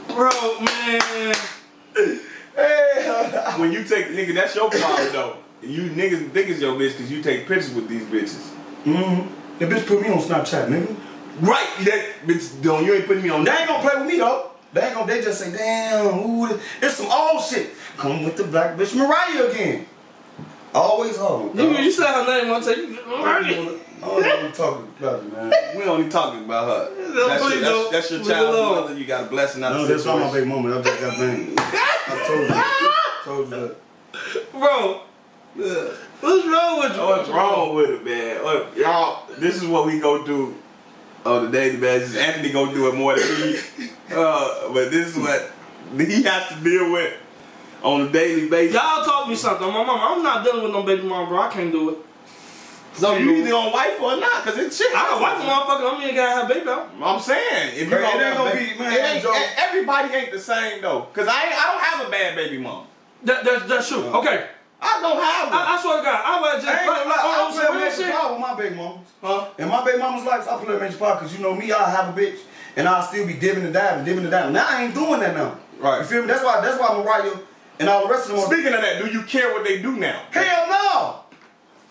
[SPEAKER 3] Bro, man.
[SPEAKER 4] Hey,
[SPEAKER 2] When you take nigga, that's your problem though. You niggas think it's your bitch because you take pictures with these bitches.
[SPEAKER 4] the bitch put me on Snapchat, nigga.
[SPEAKER 2] Right, that bitch, don't you ain't putting me on
[SPEAKER 4] They
[SPEAKER 2] that.
[SPEAKER 4] ain't gonna play with me though. They ain't gonna. They just say, "Damn, ooh, th- it's some old shit." Come with the black bitch Mariah again. Always hard.
[SPEAKER 3] You, you said her name one time. You,
[SPEAKER 4] I don't know what I'm talking about, man.
[SPEAKER 2] We only talking about her.
[SPEAKER 3] No,
[SPEAKER 2] That's
[SPEAKER 3] please
[SPEAKER 2] your, that's,
[SPEAKER 3] don't.
[SPEAKER 2] that's your
[SPEAKER 3] Leave it alone.
[SPEAKER 2] child's mother. You got a blessing out
[SPEAKER 4] No,
[SPEAKER 2] of
[SPEAKER 4] that's
[SPEAKER 2] this
[SPEAKER 4] why my baby mama. I just got banged. I told you. Told you that.
[SPEAKER 3] Bro. What's wrong with you?
[SPEAKER 2] What's wrong with it, man? What- y'all, this is what we go do. Oh, the day the best. Anthony gonna do it more than me. uh, but this is what he has to deal with on a daily basis.
[SPEAKER 3] Y'all taught me something. My mama, I'm not dealing with no baby mom, bro. I can't do it.
[SPEAKER 2] so you either on wife or not, cause it's shit.
[SPEAKER 3] I got wife, motherfucker. I'm even gotta have baby out.
[SPEAKER 2] I'm saying, if you
[SPEAKER 4] Bro, it
[SPEAKER 2] gonna
[SPEAKER 4] ain't
[SPEAKER 2] have a
[SPEAKER 4] gonna
[SPEAKER 2] baby-
[SPEAKER 4] be- man,
[SPEAKER 2] it ain't-
[SPEAKER 4] Joe.
[SPEAKER 2] e- everybody ain't the same though. Cause I ain't, I don't have a bad baby mom.
[SPEAKER 3] That, that, that's true. Okay.
[SPEAKER 2] I don't have one.
[SPEAKER 3] I, I swear to God, I would just.
[SPEAKER 4] I ain't gonna
[SPEAKER 3] Oh,
[SPEAKER 4] lie.
[SPEAKER 3] oh,
[SPEAKER 4] I play
[SPEAKER 3] real
[SPEAKER 4] a major
[SPEAKER 3] shit.
[SPEAKER 4] part with my baby mama.
[SPEAKER 2] huh?
[SPEAKER 4] In my baby mama's life, I play a major part because you know me, I have a bitch, and I'll still be diving and diving, diving and diving. Now I ain't doing that now.
[SPEAKER 2] Right.
[SPEAKER 4] You feel me? That's why. That's why Mariah and all the rest of them. are-
[SPEAKER 2] Speaking of that, do you care what they do now?
[SPEAKER 4] Hell no.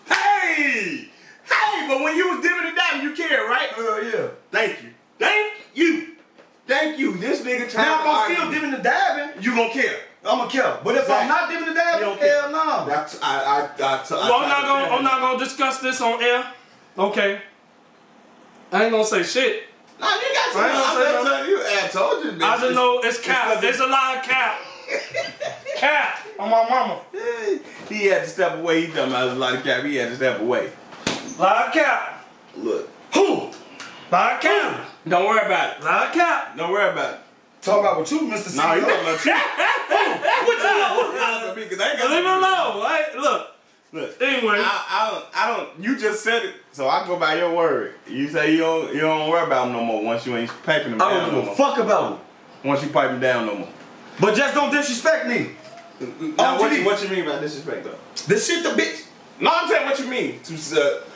[SPEAKER 2] Hey! Hey, but when you was dimming and diving, you care, right?
[SPEAKER 4] Hell yeah.
[SPEAKER 2] Thank you. Thank you. Thank you. This nigga trying
[SPEAKER 4] Now
[SPEAKER 2] to
[SPEAKER 4] if I'm still
[SPEAKER 2] argue.
[SPEAKER 4] dipping the diving,
[SPEAKER 2] You gonna care.
[SPEAKER 4] I'm gonna kill. But if I'm not dipping the
[SPEAKER 2] You
[SPEAKER 4] diving,
[SPEAKER 2] don't care.
[SPEAKER 4] hell no.
[SPEAKER 2] That's, I, I, I, I,
[SPEAKER 3] Well, I'm not gonna. I'm not gonna discuss this on air. Okay. I ain't gonna say shit.
[SPEAKER 2] Nah, you got to
[SPEAKER 3] I ain't
[SPEAKER 2] know.
[SPEAKER 3] gonna say
[SPEAKER 2] I'm
[SPEAKER 3] no.
[SPEAKER 2] not telling you. I told you.
[SPEAKER 3] I
[SPEAKER 2] bitch.
[SPEAKER 3] just know it's cap. There's a lot of cap. cap on my mama.
[SPEAKER 2] He had to step away. He done a lot of cap. He had to step away.
[SPEAKER 3] Lot of cap.
[SPEAKER 2] Look.
[SPEAKER 3] Who? Lot of cap.
[SPEAKER 2] Don't worry about it.
[SPEAKER 3] Lot of cap.
[SPEAKER 2] Don't worry about it.
[SPEAKER 4] Talk about what you, E Mr.
[SPEAKER 2] Nah, you
[SPEAKER 4] CEO.
[SPEAKER 2] talking about you.
[SPEAKER 3] What you know?
[SPEAKER 2] Nah, because I ain't got
[SPEAKER 3] Leave me alone. Right? Look.
[SPEAKER 2] Look,
[SPEAKER 3] Anyway.
[SPEAKER 2] I, I, don't, I don't. You just said it, so I go by your word. You say you don't, you don't worry about them no more. Once you ain't piping them
[SPEAKER 4] I
[SPEAKER 2] down
[SPEAKER 4] don't
[SPEAKER 2] no
[SPEAKER 4] give a
[SPEAKER 2] more.
[SPEAKER 4] fuck about him.
[SPEAKER 2] Once you pipe them down no more.
[SPEAKER 4] But just don't disrespect me.
[SPEAKER 2] Now, what,
[SPEAKER 4] you
[SPEAKER 2] you,
[SPEAKER 4] mean?
[SPEAKER 2] what you mean by disrespect though?
[SPEAKER 4] The shit the bitch.
[SPEAKER 2] No, I'm saying what you mean. To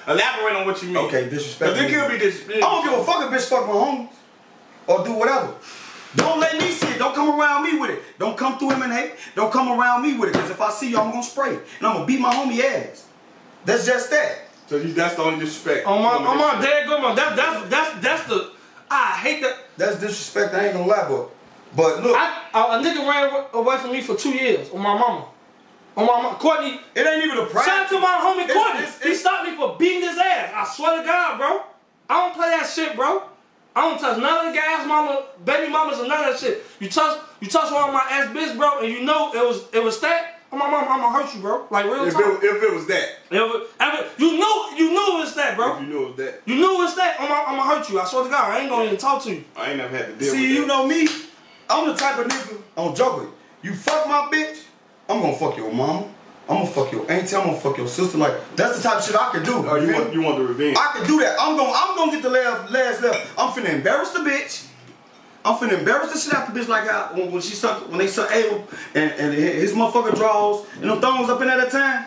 [SPEAKER 2] uh, elaborate on what you mean.
[SPEAKER 4] Okay, disrespect
[SPEAKER 2] Because it
[SPEAKER 4] me. Oh,
[SPEAKER 2] could be
[SPEAKER 4] I
[SPEAKER 2] disrespect.
[SPEAKER 4] don't give a fuck if bitch fuck my homies or do whatever. Don't let me see it. Don't come around me with it. Don't come through him and hate. Don't come around me with it. Cause if I see you, I'm gonna spray. And I'm gonna beat my homie ass. That's just that.
[SPEAKER 2] So you, that's the only disrespect.
[SPEAKER 3] On my on my
[SPEAKER 2] Disrespect.
[SPEAKER 3] dead grandma. That that's that's that's the. I hate that.
[SPEAKER 4] That's disrespect. I ain't gonna lie, but but look,
[SPEAKER 3] I, I, a nigga ran away from me for two years on my mama. On my mama. Courtney.
[SPEAKER 4] it ain't even a pride.
[SPEAKER 3] Shout out to my homie
[SPEAKER 4] It's-
[SPEAKER 3] Courtney.
[SPEAKER 4] it's-
[SPEAKER 3] he
[SPEAKER 4] it's-
[SPEAKER 3] stopped me for beating his ass. I swear to God, bro. I don't play that shit, bro. I don't touch none of the guys, mama, baby mamas, or none of that shit. You touch, you touch one of my ass, bitch, bro, and you know it was, it was that. Oh my mama, I'ma hurt you, bro. Like real
[SPEAKER 2] If
[SPEAKER 3] time.
[SPEAKER 2] it, if it was that,
[SPEAKER 3] Ever- ever- you knew, you knew it was that,
[SPEAKER 2] if
[SPEAKER 3] bro.
[SPEAKER 2] you knew it was that,
[SPEAKER 3] You knew it's that. I'ma, I'ma hurt you. I swear to God, I ain't gonna even talk to you.
[SPEAKER 2] I ain't never had to deal with
[SPEAKER 4] See,
[SPEAKER 2] that.
[SPEAKER 4] you know me. I'm the type of nigga on Joker. You fuck my bitch, I'm gonna fuck your mama. I'm gonna fuck your auntie. I'm gonna fuck your sister. Like that's the type of shit I could do.
[SPEAKER 2] Oh, you
[SPEAKER 4] feel
[SPEAKER 2] want you want the revenge?
[SPEAKER 4] I can do that. I'm gonna I'm gonna get the last last left. I'm finna embarrass the bitch. I'm finna embarrass the shit out the bitch like how when, when she suck when they suck Abel and, and his motherfucker draws and them thongs up in there at that time.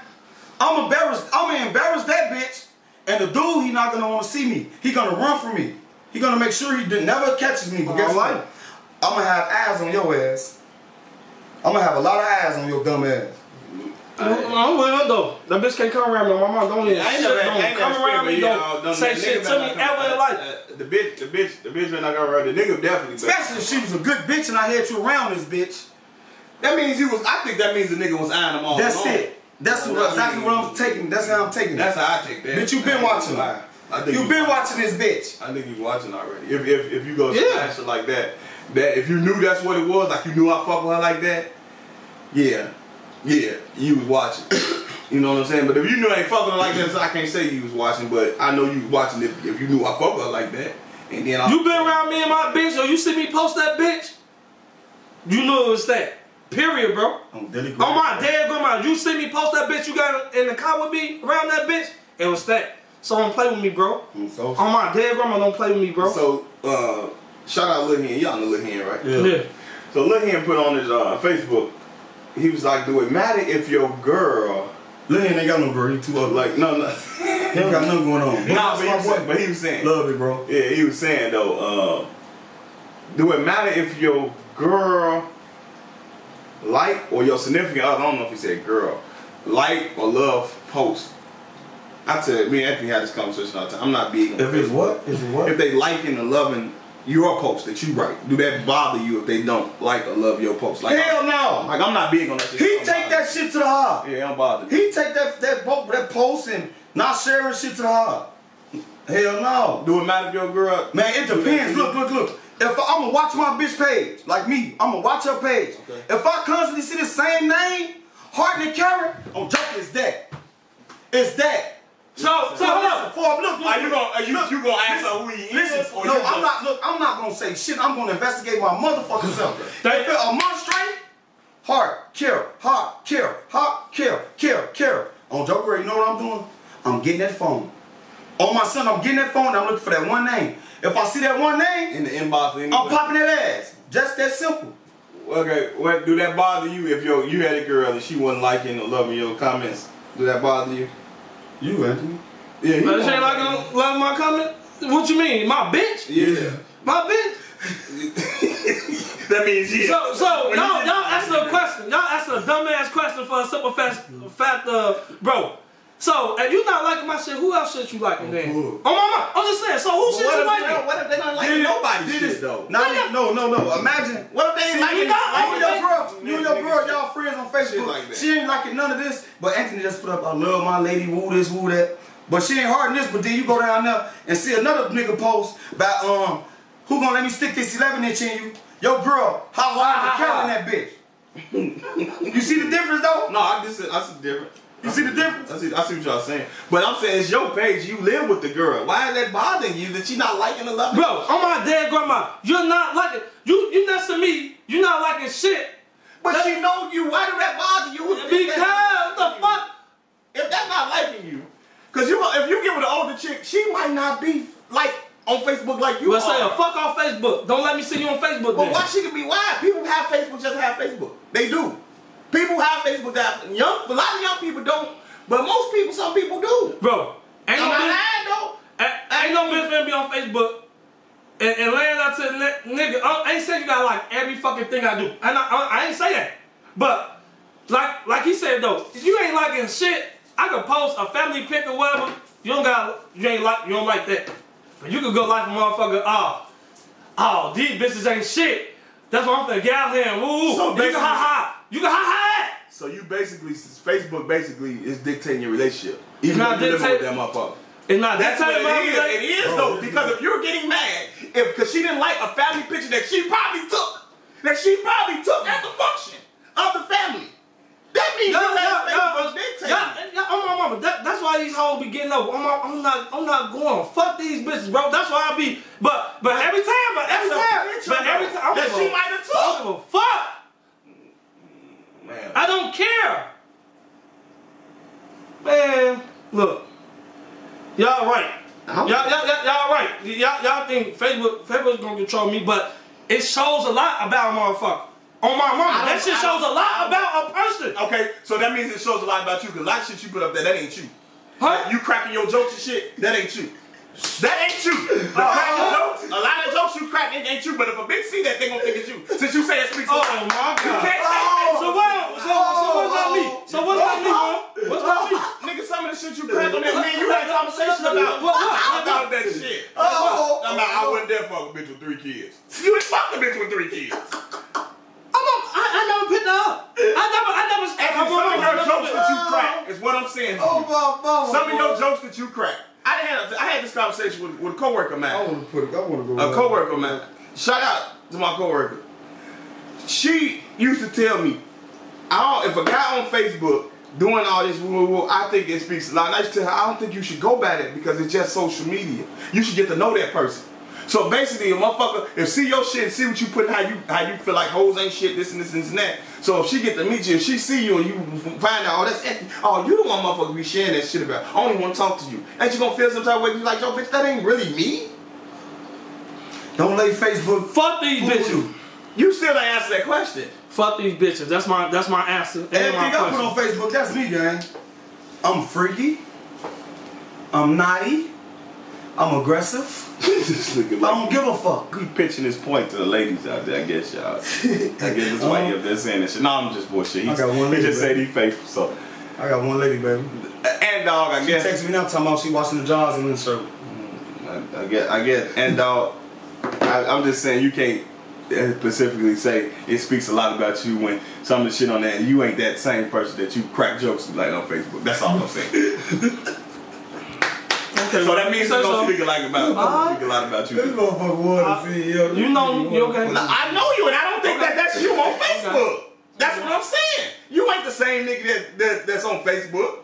[SPEAKER 4] I'm embarrassed. I'm gonna embarrass that bitch. And the dude, he not gonna wanna see me. He gonna run from me. He gonna make sure he did, never catches me. But guess what? I'm gonna have eyes on your ass. I'm gonna have a lot of eyes on your dumb ass.
[SPEAKER 3] I'm with her though. That bitch can't come around me. My mom don't even
[SPEAKER 2] I ain't
[SPEAKER 3] shit.
[SPEAKER 2] never,
[SPEAKER 3] don't
[SPEAKER 2] I ain't
[SPEAKER 3] come
[SPEAKER 2] never
[SPEAKER 3] around me.
[SPEAKER 2] experienced,
[SPEAKER 3] Don't,
[SPEAKER 2] you know,
[SPEAKER 3] say
[SPEAKER 2] the nigga
[SPEAKER 3] shit to
[SPEAKER 2] better
[SPEAKER 3] me
[SPEAKER 2] not come
[SPEAKER 3] ever in
[SPEAKER 2] around.
[SPEAKER 3] life.
[SPEAKER 2] Uh, The bitch, the bitch, the bitch better not come around. The nigga definitely. better.
[SPEAKER 4] Especially if she was a good bitch and I had you around this bitch.
[SPEAKER 2] That means he was. I think that means the nigga was eyeing them all.
[SPEAKER 4] That's
[SPEAKER 2] along.
[SPEAKER 4] it. That's what,
[SPEAKER 2] Alone.
[SPEAKER 4] exactly what I'm taking. Oh, That's how I'm taking
[SPEAKER 2] That's
[SPEAKER 4] it.
[SPEAKER 2] how I take that.
[SPEAKER 4] Bitch, you been watching.
[SPEAKER 2] I think
[SPEAKER 4] you
[SPEAKER 2] you-
[SPEAKER 4] been watching this bitch.
[SPEAKER 2] I think you watching already. If if, if you go
[SPEAKER 3] Yeah.
[SPEAKER 2] smash it like that, that if you knew that's what it was, like you knew I fuck with her like that, yeah, yeah, you was watching. you know what I'm saying? But if you knew I ain't fucking her like that, so I can't say you was watching. But I know you was watching if, if you knew I fuck with her like that. And then I,
[SPEAKER 3] You been around me and my bitch, or you see me post that bitch, you knew it was that. Period, bro.
[SPEAKER 4] On Dilly
[SPEAKER 3] On my dead grandma, you see me post that bitch, you got in the car with me, around that bitch, it was that. So don't play with me, bro.
[SPEAKER 4] So,
[SPEAKER 3] On my dead grandma, don't play with me, bro.
[SPEAKER 2] So uh, shout out Lil Hen. Y'all know Lil Hen, right?
[SPEAKER 3] yeah.
[SPEAKER 2] So Lil Hen put on his uh, Facebook. He was like, "Do it matter if your girl
[SPEAKER 4] Lil Hen ain't got no girl. He too ugly.
[SPEAKER 2] like no no
[SPEAKER 4] He ain't got nothing going on.
[SPEAKER 2] nah?" But he,
[SPEAKER 4] my
[SPEAKER 2] was saying,
[SPEAKER 4] boy.
[SPEAKER 2] but he was saying,
[SPEAKER 4] Love it, bro.
[SPEAKER 2] Yeah, he was saying though, uh, do it matter if your girl like or your significant other? I don't know if he said girl like or love post. I said me and Anthony had this conversation all the time. I'm not big. on
[SPEAKER 4] If it's
[SPEAKER 2] Facebook.
[SPEAKER 4] what? If it's what?
[SPEAKER 2] If they liking and loving your post that you write, do that bother you if they don't like or love your post? Like,
[SPEAKER 4] Hell
[SPEAKER 2] I'm,
[SPEAKER 4] no.
[SPEAKER 2] like I'm not big on that shit.
[SPEAKER 4] He
[SPEAKER 2] Don't
[SPEAKER 4] take
[SPEAKER 2] bother
[SPEAKER 4] that shit to the heart.
[SPEAKER 2] me. Yeah, I'm bothered.
[SPEAKER 4] He take that that bo- that post and not sharing shit to the heart. Hell no.
[SPEAKER 2] do it matter if your girl?
[SPEAKER 4] Man, it depends. Look, look, look. If I, am gonna watch my bitch page, like me, I'm gonna watch her page.
[SPEAKER 2] Okay.
[SPEAKER 4] If I constantly see the same name, Hart and Carrot, I'm joking. It's that. It's that.
[SPEAKER 3] So, so hold
[SPEAKER 4] listen,
[SPEAKER 3] up.
[SPEAKER 4] Forb, look, look.
[SPEAKER 2] Are you gonna are you, you gonna ask her who he
[SPEAKER 4] Listen,
[SPEAKER 2] is? or
[SPEAKER 4] no,
[SPEAKER 2] you
[SPEAKER 4] I'm
[SPEAKER 2] just-
[SPEAKER 4] not. Look, I'm not gonna say shit. I'm gonna investigate my motherfucking self.
[SPEAKER 3] That-
[SPEAKER 4] if it a month straight, hard kill, hard kill, hard kill, kill, kill. On Joker, you know what I'm doing? I'm getting that phone. On my son, I'm getting that phone. and I'm looking for that one name. If I see that one name,
[SPEAKER 2] in the inbox. Anyway.
[SPEAKER 4] I'm popping that ass. Just that simple.
[SPEAKER 2] Okay, what do that bother you if your you had a girl and she wasn't liking or loving your comments? Do that bother you?
[SPEAKER 4] You Anthony?
[SPEAKER 2] Yeah,
[SPEAKER 3] But this ain't like I love my comment. What you mean, my bitch?
[SPEAKER 2] yeah.
[SPEAKER 3] My bitch.
[SPEAKER 2] That means yeah.
[SPEAKER 3] So, so y'all, y'all asked a question. Y'all asked a dumbass question for a simple fact, fact of bro. So, if you not liking my shit, who else shit you liking then?
[SPEAKER 4] cool.
[SPEAKER 3] Oh my mom, I'm just saying. So who shit you liking?
[SPEAKER 2] what if they not
[SPEAKER 4] Did it-
[SPEAKER 2] nobody's
[SPEAKER 4] did it-
[SPEAKER 2] though?
[SPEAKER 4] Not even- no, no, no. Imagine. What if they ain't
[SPEAKER 3] See,
[SPEAKER 4] liking
[SPEAKER 3] you got
[SPEAKER 4] you and your
[SPEAKER 3] all
[SPEAKER 4] girl? You and your girl, y'all friends on Facebook.
[SPEAKER 2] like that.
[SPEAKER 4] she ain't liking none of this. But Anthony just put up, I love my lady, woo this, woo that. But she ain't hard in this. But then you go down there and see another nigga post by um, who gonna let me stick this 11 inch in you? Your girl, how hard you killing that bitch? you see the difference though?
[SPEAKER 2] No, I just I see different.
[SPEAKER 4] You see the difference?
[SPEAKER 2] I see, I see what y'all saying, but I'm saying it's your page. You live with the girl. Why is that bothering you that she not liking and loving?
[SPEAKER 3] Bro, on my dead grandma, you're not liking you you next to me, you're not liking shit.
[SPEAKER 2] but she know you. Why do that bother you?
[SPEAKER 3] Because the fuck
[SPEAKER 2] if that's not liking you, because you if you get with an older chick, she might not be like on Facebook like you are.
[SPEAKER 3] But say a fuck off Facebook. Don't let me see you on Facebook
[SPEAKER 2] But
[SPEAKER 3] then.
[SPEAKER 2] why should it be why? People have Facebook just have Facebook. They do. People have Facebook that young a lot of young people don't, but most people, some people do.
[SPEAKER 3] Bro, ain't
[SPEAKER 2] Am
[SPEAKER 3] no bitch,
[SPEAKER 2] I lying though?
[SPEAKER 3] a- ain't no bitch finna be on Facebook and, and laying out to the ni- nigga. I I ain't say you gotta like every fucking thing I do. And I, I, I ain't say that. But like like he said though, if you ain't liking shit, I could post a family pic or whatever. You don't got you ain't like you don't like that. But you could go like a motherfucker, oh, oh, these bitches ain't shit. That's why I'm finna get out here and woo woo.
[SPEAKER 2] So
[SPEAKER 3] you can
[SPEAKER 2] basically-
[SPEAKER 3] ha ha. You can ha ha that.
[SPEAKER 2] So you basically Facebook basically is dictating your relationship. Even
[SPEAKER 3] Not
[SPEAKER 2] if you live with that
[SPEAKER 3] dictating-
[SPEAKER 2] motherfucker.
[SPEAKER 3] And now
[SPEAKER 2] That's
[SPEAKER 3] that's how
[SPEAKER 2] what
[SPEAKER 3] my
[SPEAKER 2] it is.
[SPEAKER 3] relation-
[SPEAKER 2] It is though, because if you're getting mad, if because she didn't like a family picture that she probably took, that she probably took at the function of the family, that means
[SPEAKER 3] No,
[SPEAKER 2] you
[SPEAKER 3] no,
[SPEAKER 2] let
[SPEAKER 3] no,
[SPEAKER 2] Facebook
[SPEAKER 3] no,
[SPEAKER 2] dictate.
[SPEAKER 3] no, on my mama. That, that's why these hoes be getting up. I'm not, I'm not, I'm not going. Fuck these bitches, bro. That's why I be. But, but every time, but every
[SPEAKER 2] That's a
[SPEAKER 3] time,
[SPEAKER 2] picture,
[SPEAKER 3] but every
[SPEAKER 2] though,
[SPEAKER 3] time, I'm
[SPEAKER 2] that
[SPEAKER 3] gonna-
[SPEAKER 2] she might have took.
[SPEAKER 3] I don't give a fuck.
[SPEAKER 2] Man.
[SPEAKER 3] I don't care. Man, look. Y'all right. Y'all, y'all, y'all, y'all right. Y'all, y'all think Facebook, Facebook's gonna control me, but it shows a lot about a motherfucker. On my mama, that
[SPEAKER 2] don't-
[SPEAKER 3] shit
[SPEAKER 2] I
[SPEAKER 3] shows
[SPEAKER 2] don't-
[SPEAKER 3] a lot about a person.
[SPEAKER 2] Okay, so that means it shows a lot about you, because a lot of shit you put up there, that ain't you.
[SPEAKER 3] Huh?
[SPEAKER 2] You cracking your jokes and shit, that ain't you. That ain't you. The cracking jokes, a lot of jokes you crack, it ain't you. But if a bitch see that, they gonna think it's you. Since you say it speaks
[SPEAKER 3] Oh
[SPEAKER 2] volumes.
[SPEAKER 3] my
[SPEAKER 2] You
[SPEAKER 3] god.
[SPEAKER 2] can't say
[SPEAKER 3] So what? So, so what's that me? So what's that me, bro? What's that me?
[SPEAKER 2] Oh. Nigga, some of the shit you crack on that, me and you had a conversation about.
[SPEAKER 3] Oh. What- what-
[SPEAKER 2] About that shit.
[SPEAKER 4] Oh.
[SPEAKER 2] I'm like, I wouldn't dare fuck a bitch with three kids. You ain't fucked a bitch with three kids.
[SPEAKER 3] I'm a, I, I never picked that up. I never, I never.
[SPEAKER 2] And
[SPEAKER 3] I'm
[SPEAKER 2] some of your
[SPEAKER 3] I'm
[SPEAKER 2] jokes that you
[SPEAKER 4] Oh.
[SPEAKER 2] crack is what I'm saying to
[SPEAKER 4] Oh,
[SPEAKER 2] you.
[SPEAKER 4] my mama.
[SPEAKER 2] Some of your jokes that you crack. I had I had this conversation with, with a coworker, man.
[SPEAKER 4] I want to put it. I want to go.
[SPEAKER 2] a coworker, man. Shout out to my coworker. She used to tell me, I don't, if a guy on Facebook doing all this, woo, woo, woo, I think it speaks a lot. And I used to tell her, I don't think you should go by that because it's just social media. You should get to know that person. So basically, a motherfucker, if see your shit, see what you put, how you how you feel like hoes ain't shit, this and this and, this and that. So if she get to meet you, if she see you and you find out, oh that's it. oh you the one motherfucker be sharing that shit about. I only want to talk to you. Ain't you gonna feel some type of way? You like, yo, bitch, that ain't really me.
[SPEAKER 4] Don't lay Facebook.
[SPEAKER 3] Fuck these bitches.
[SPEAKER 2] You still didn't answer that question.
[SPEAKER 3] Fuck these bitches. That's my, that's my answer. And
[SPEAKER 4] Everything
[SPEAKER 3] my
[SPEAKER 4] I put on
[SPEAKER 3] question.
[SPEAKER 4] Facebook, that's me, gang. I'm freaky. I'm naughty. I'm aggressive.
[SPEAKER 2] this nigga
[SPEAKER 4] I don't give a fuck.
[SPEAKER 2] he pitching his point to the ladies out there. I guess y'all. I guess that's why he up there saying that shit. No, I'm just bullshit. He,
[SPEAKER 4] Uh-huh. I got one
[SPEAKER 2] he
[SPEAKER 4] lady,
[SPEAKER 2] just
[SPEAKER 4] bro.
[SPEAKER 2] said he faithful. So
[SPEAKER 4] I got one lady, baby.
[SPEAKER 2] and dog, I
[SPEAKER 4] She
[SPEAKER 2] guess.
[SPEAKER 4] texted me now, talking about she watching the Jaws and then so.
[SPEAKER 2] I, I guess. I guess. And dog, I, I'm just saying you can't uh, specifically say it speaks a lot about you when some of the shit on that you ain't that same person that you crack jokes like on Facebook. That's all I'm saying.
[SPEAKER 3] Okay,
[SPEAKER 2] so that means
[SPEAKER 3] so,
[SPEAKER 2] it
[SPEAKER 3] so,
[SPEAKER 2] don't speak a lot about don't speak a lot about
[SPEAKER 4] This
[SPEAKER 2] you.
[SPEAKER 4] motherfucker was E a CEO.
[SPEAKER 3] You know, you okay?
[SPEAKER 2] I know you, and I don't think that that's you on Facebook. That's what I'm saying. You ain't the same nigga that, that that's on Facebook.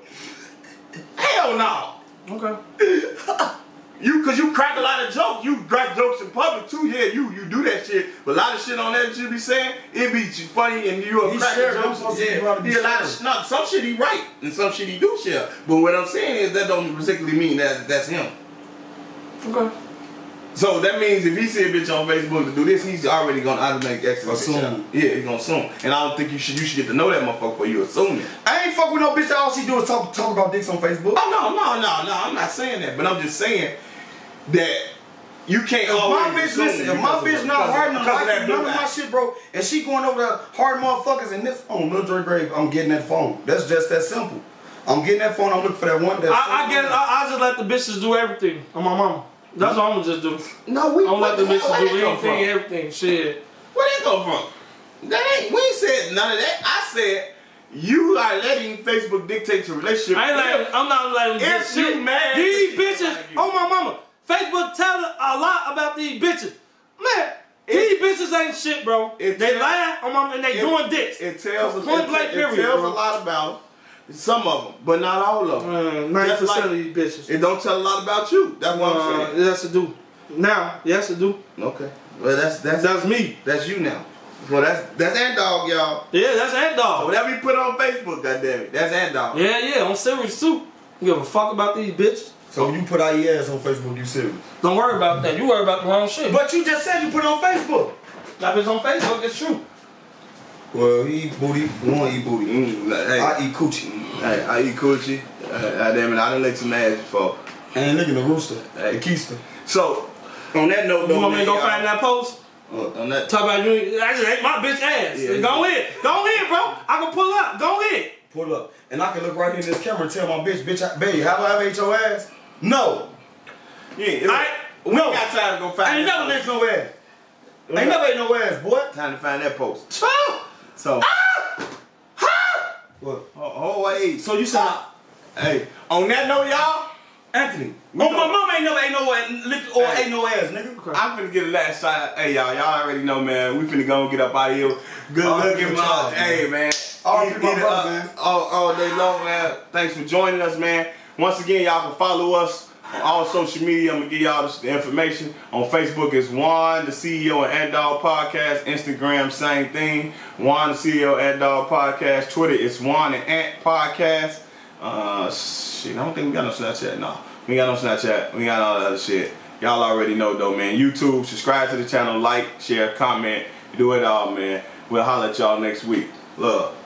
[SPEAKER 2] Hell no.
[SPEAKER 3] Okay.
[SPEAKER 2] You, cause you crack a lot of jokes. You crack jokes in public too. Yeah, you you do that shit. But a lot of shit on that you be saying, it be funny and you a
[SPEAKER 4] He
[SPEAKER 2] crack
[SPEAKER 4] share
[SPEAKER 2] jokes.
[SPEAKER 4] jokes, you
[SPEAKER 2] Yeah,
[SPEAKER 4] gotta be
[SPEAKER 2] he a lot of
[SPEAKER 4] sure.
[SPEAKER 2] no, some shit he right and some shit he do share. But what I'm saying is that don't particularly mean that that's him.
[SPEAKER 3] Okay.
[SPEAKER 2] So that means if he see a bitch on Facebook to do this, he's already gonna automatically exit. the bitch
[SPEAKER 4] Assume.
[SPEAKER 2] out. Yeah, he's gonna assume. And I don't think you should you should get to know that motherfucker before you assume it.
[SPEAKER 4] I ain't fuck with no bitch that all she do is talk talk about dicks on Facebook.
[SPEAKER 2] Oh no, no, no, no, I'm not saying that, but I'm just saying that you can't
[SPEAKER 4] If
[SPEAKER 2] always
[SPEAKER 4] my bitch,
[SPEAKER 2] assume
[SPEAKER 4] listen, if my
[SPEAKER 2] because of-
[SPEAKER 4] bitch not
[SPEAKER 2] because-
[SPEAKER 4] hard enough,
[SPEAKER 2] because of
[SPEAKER 4] like
[SPEAKER 2] that
[SPEAKER 4] none
[SPEAKER 2] blue
[SPEAKER 4] of my
[SPEAKER 2] eye.
[SPEAKER 4] shit, bro, and she going over the hard motherfuckers and this on Lil Dre grave, I'm getting that phone. That's just that simple. I'm getting that phone, I'm looking for that one that
[SPEAKER 3] I, I guess I, I just let the bitches do everything on my mama. That's what I'm gonna just do.
[SPEAKER 2] No, we
[SPEAKER 3] I'm gonna let the
[SPEAKER 2] what hell,
[SPEAKER 3] bitches
[SPEAKER 2] where
[SPEAKER 3] do
[SPEAKER 2] that come from?
[SPEAKER 3] anything, everything. Shit.
[SPEAKER 2] Where that come from? That ain't we ain't said none of that. I said you are letting Facebook dictate your relationship.
[SPEAKER 3] I ain't like, I'm not letting
[SPEAKER 2] If
[SPEAKER 3] this
[SPEAKER 2] you
[SPEAKER 3] shit.
[SPEAKER 2] mad,
[SPEAKER 3] these
[SPEAKER 2] this shit
[SPEAKER 3] bitches,
[SPEAKER 2] like you.
[SPEAKER 3] oh my mama, Facebook telling a lot about these bitches. Man, these bitches ain't shit, bro.
[SPEAKER 2] It
[SPEAKER 3] they
[SPEAKER 2] tell-
[SPEAKER 3] lying on my and they
[SPEAKER 2] It-
[SPEAKER 3] doing dicks.
[SPEAKER 2] It tells us
[SPEAKER 3] Point
[SPEAKER 2] it,
[SPEAKER 3] blank
[SPEAKER 2] it
[SPEAKER 3] period,
[SPEAKER 2] tells
[SPEAKER 3] bro.
[SPEAKER 2] a lot about them. some of them, but not all of them.
[SPEAKER 4] Mm.
[SPEAKER 3] Man, 90%
[SPEAKER 2] Just
[SPEAKER 3] Uh,
[SPEAKER 2] like-
[SPEAKER 3] of these bitches.
[SPEAKER 2] It don't tell a lot about you. That's what I'm
[SPEAKER 3] uh,
[SPEAKER 2] saying.
[SPEAKER 3] yes, it do. Now, yes, it do.
[SPEAKER 2] Okay. Well, that's that's
[SPEAKER 3] That's me.
[SPEAKER 2] that's you now. Well, that's that's that dog, y'all.
[SPEAKER 3] Yeah, that's that dog.
[SPEAKER 2] Whatever you put on Facebook, goddamn it, that's that dog.
[SPEAKER 3] Yeah, yeah, I'm serious too. You give a fuck about these bitches.
[SPEAKER 4] So when you put IES on Facebook, you serious.
[SPEAKER 3] Don't worry about that. You worry about the wrong shit.
[SPEAKER 4] But you just said you put it on Facebook.
[SPEAKER 3] That bitch on Facebook, it's true.
[SPEAKER 4] Well, he eat booty, one eat booty.
[SPEAKER 2] Mm, like, hey, I,
[SPEAKER 4] I eat coochie.
[SPEAKER 2] hey, I eat coochie. Uh, damn it, I done licked some ass before.
[SPEAKER 4] And look at the rooster,
[SPEAKER 2] Oh. Hey.
[SPEAKER 4] the keister.
[SPEAKER 2] So, on that note,
[SPEAKER 3] You
[SPEAKER 2] though,
[SPEAKER 3] want me to go
[SPEAKER 2] man,
[SPEAKER 3] find that post?
[SPEAKER 2] y'all, On that.
[SPEAKER 3] Talk about you. I just ate my bitch ass.
[SPEAKER 2] Yeah.
[SPEAKER 3] go ahead. Go ahead, bro. I can pull up. Go ahead.
[SPEAKER 4] Pull up. And I can look right here in this camera and tell my bitch, bitch, I, babe, have I ever ate your ass? No.
[SPEAKER 2] Yeah, it-
[SPEAKER 3] I-
[SPEAKER 2] we
[SPEAKER 4] no.
[SPEAKER 2] ain't got time to go find.
[SPEAKER 4] I ain't
[SPEAKER 2] that
[SPEAKER 4] never
[SPEAKER 2] post.
[SPEAKER 4] ate no ass. Ain't never ate no ass, boy. Ah!
[SPEAKER 2] Time to find that post.
[SPEAKER 3] Oh,
[SPEAKER 2] So,
[SPEAKER 4] What?
[SPEAKER 2] oh, oh wait. Ah.
[SPEAKER 4] So you said,
[SPEAKER 2] Hey, on that note, y'all.
[SPEAKER 4] Anthony,
[SPEAKER 2] We
[SPEAKER 4] oh, my
[SPEAKER 2] don't-
[SPEAKER 4] mom ain't never ate no
[SPEAKER 3] uh,
[SPEAKER 4] ass, lick or
[SPEAKER 2] Hey.
[SPEAKER 4] ate no ass, nigga.
[SPEAKER 2] I'm finna get a last shot. Hey y'all, y'all already know, man. We finna go and get up out of here. Good
[SPEAKER 4] All right,
[SPEAKER 2] looking,
[SPEAKER 4] good
[SPEAKER 2] man.
[SPEAKER 4] job,
[SPEAKER 2] Hey, man.
[SPEAKER 4] All
[SPEAKER 2] Eat-
[SPEAKER 4] right, my
[SPEAKER 2] eat it
[SPEAKER 4] brother,
[SPEAKER 2] up Oh,
[SPEAKER 4] man.
[SPEAKER 2] All, all day long, man. Thanks for joining us, man. Once again, y'all can follow us On all social media, I'm gonna give y'all the information. On Facebook, it's Juan, the CEO of Ad Dog Podcast. Instagram, same thing. Juan, the CEO of Ad Dog Podcast. Twitter, it's Juan and Ant Podcast. Uh, shit, I don't think we got no Snapchat. No, we got no Snapchat. We got all that other shit. Y'all already know though, man. YouTube, subscribe to the channel, like, share, comment, do it all, man. We'll holler at y'all next week. Love.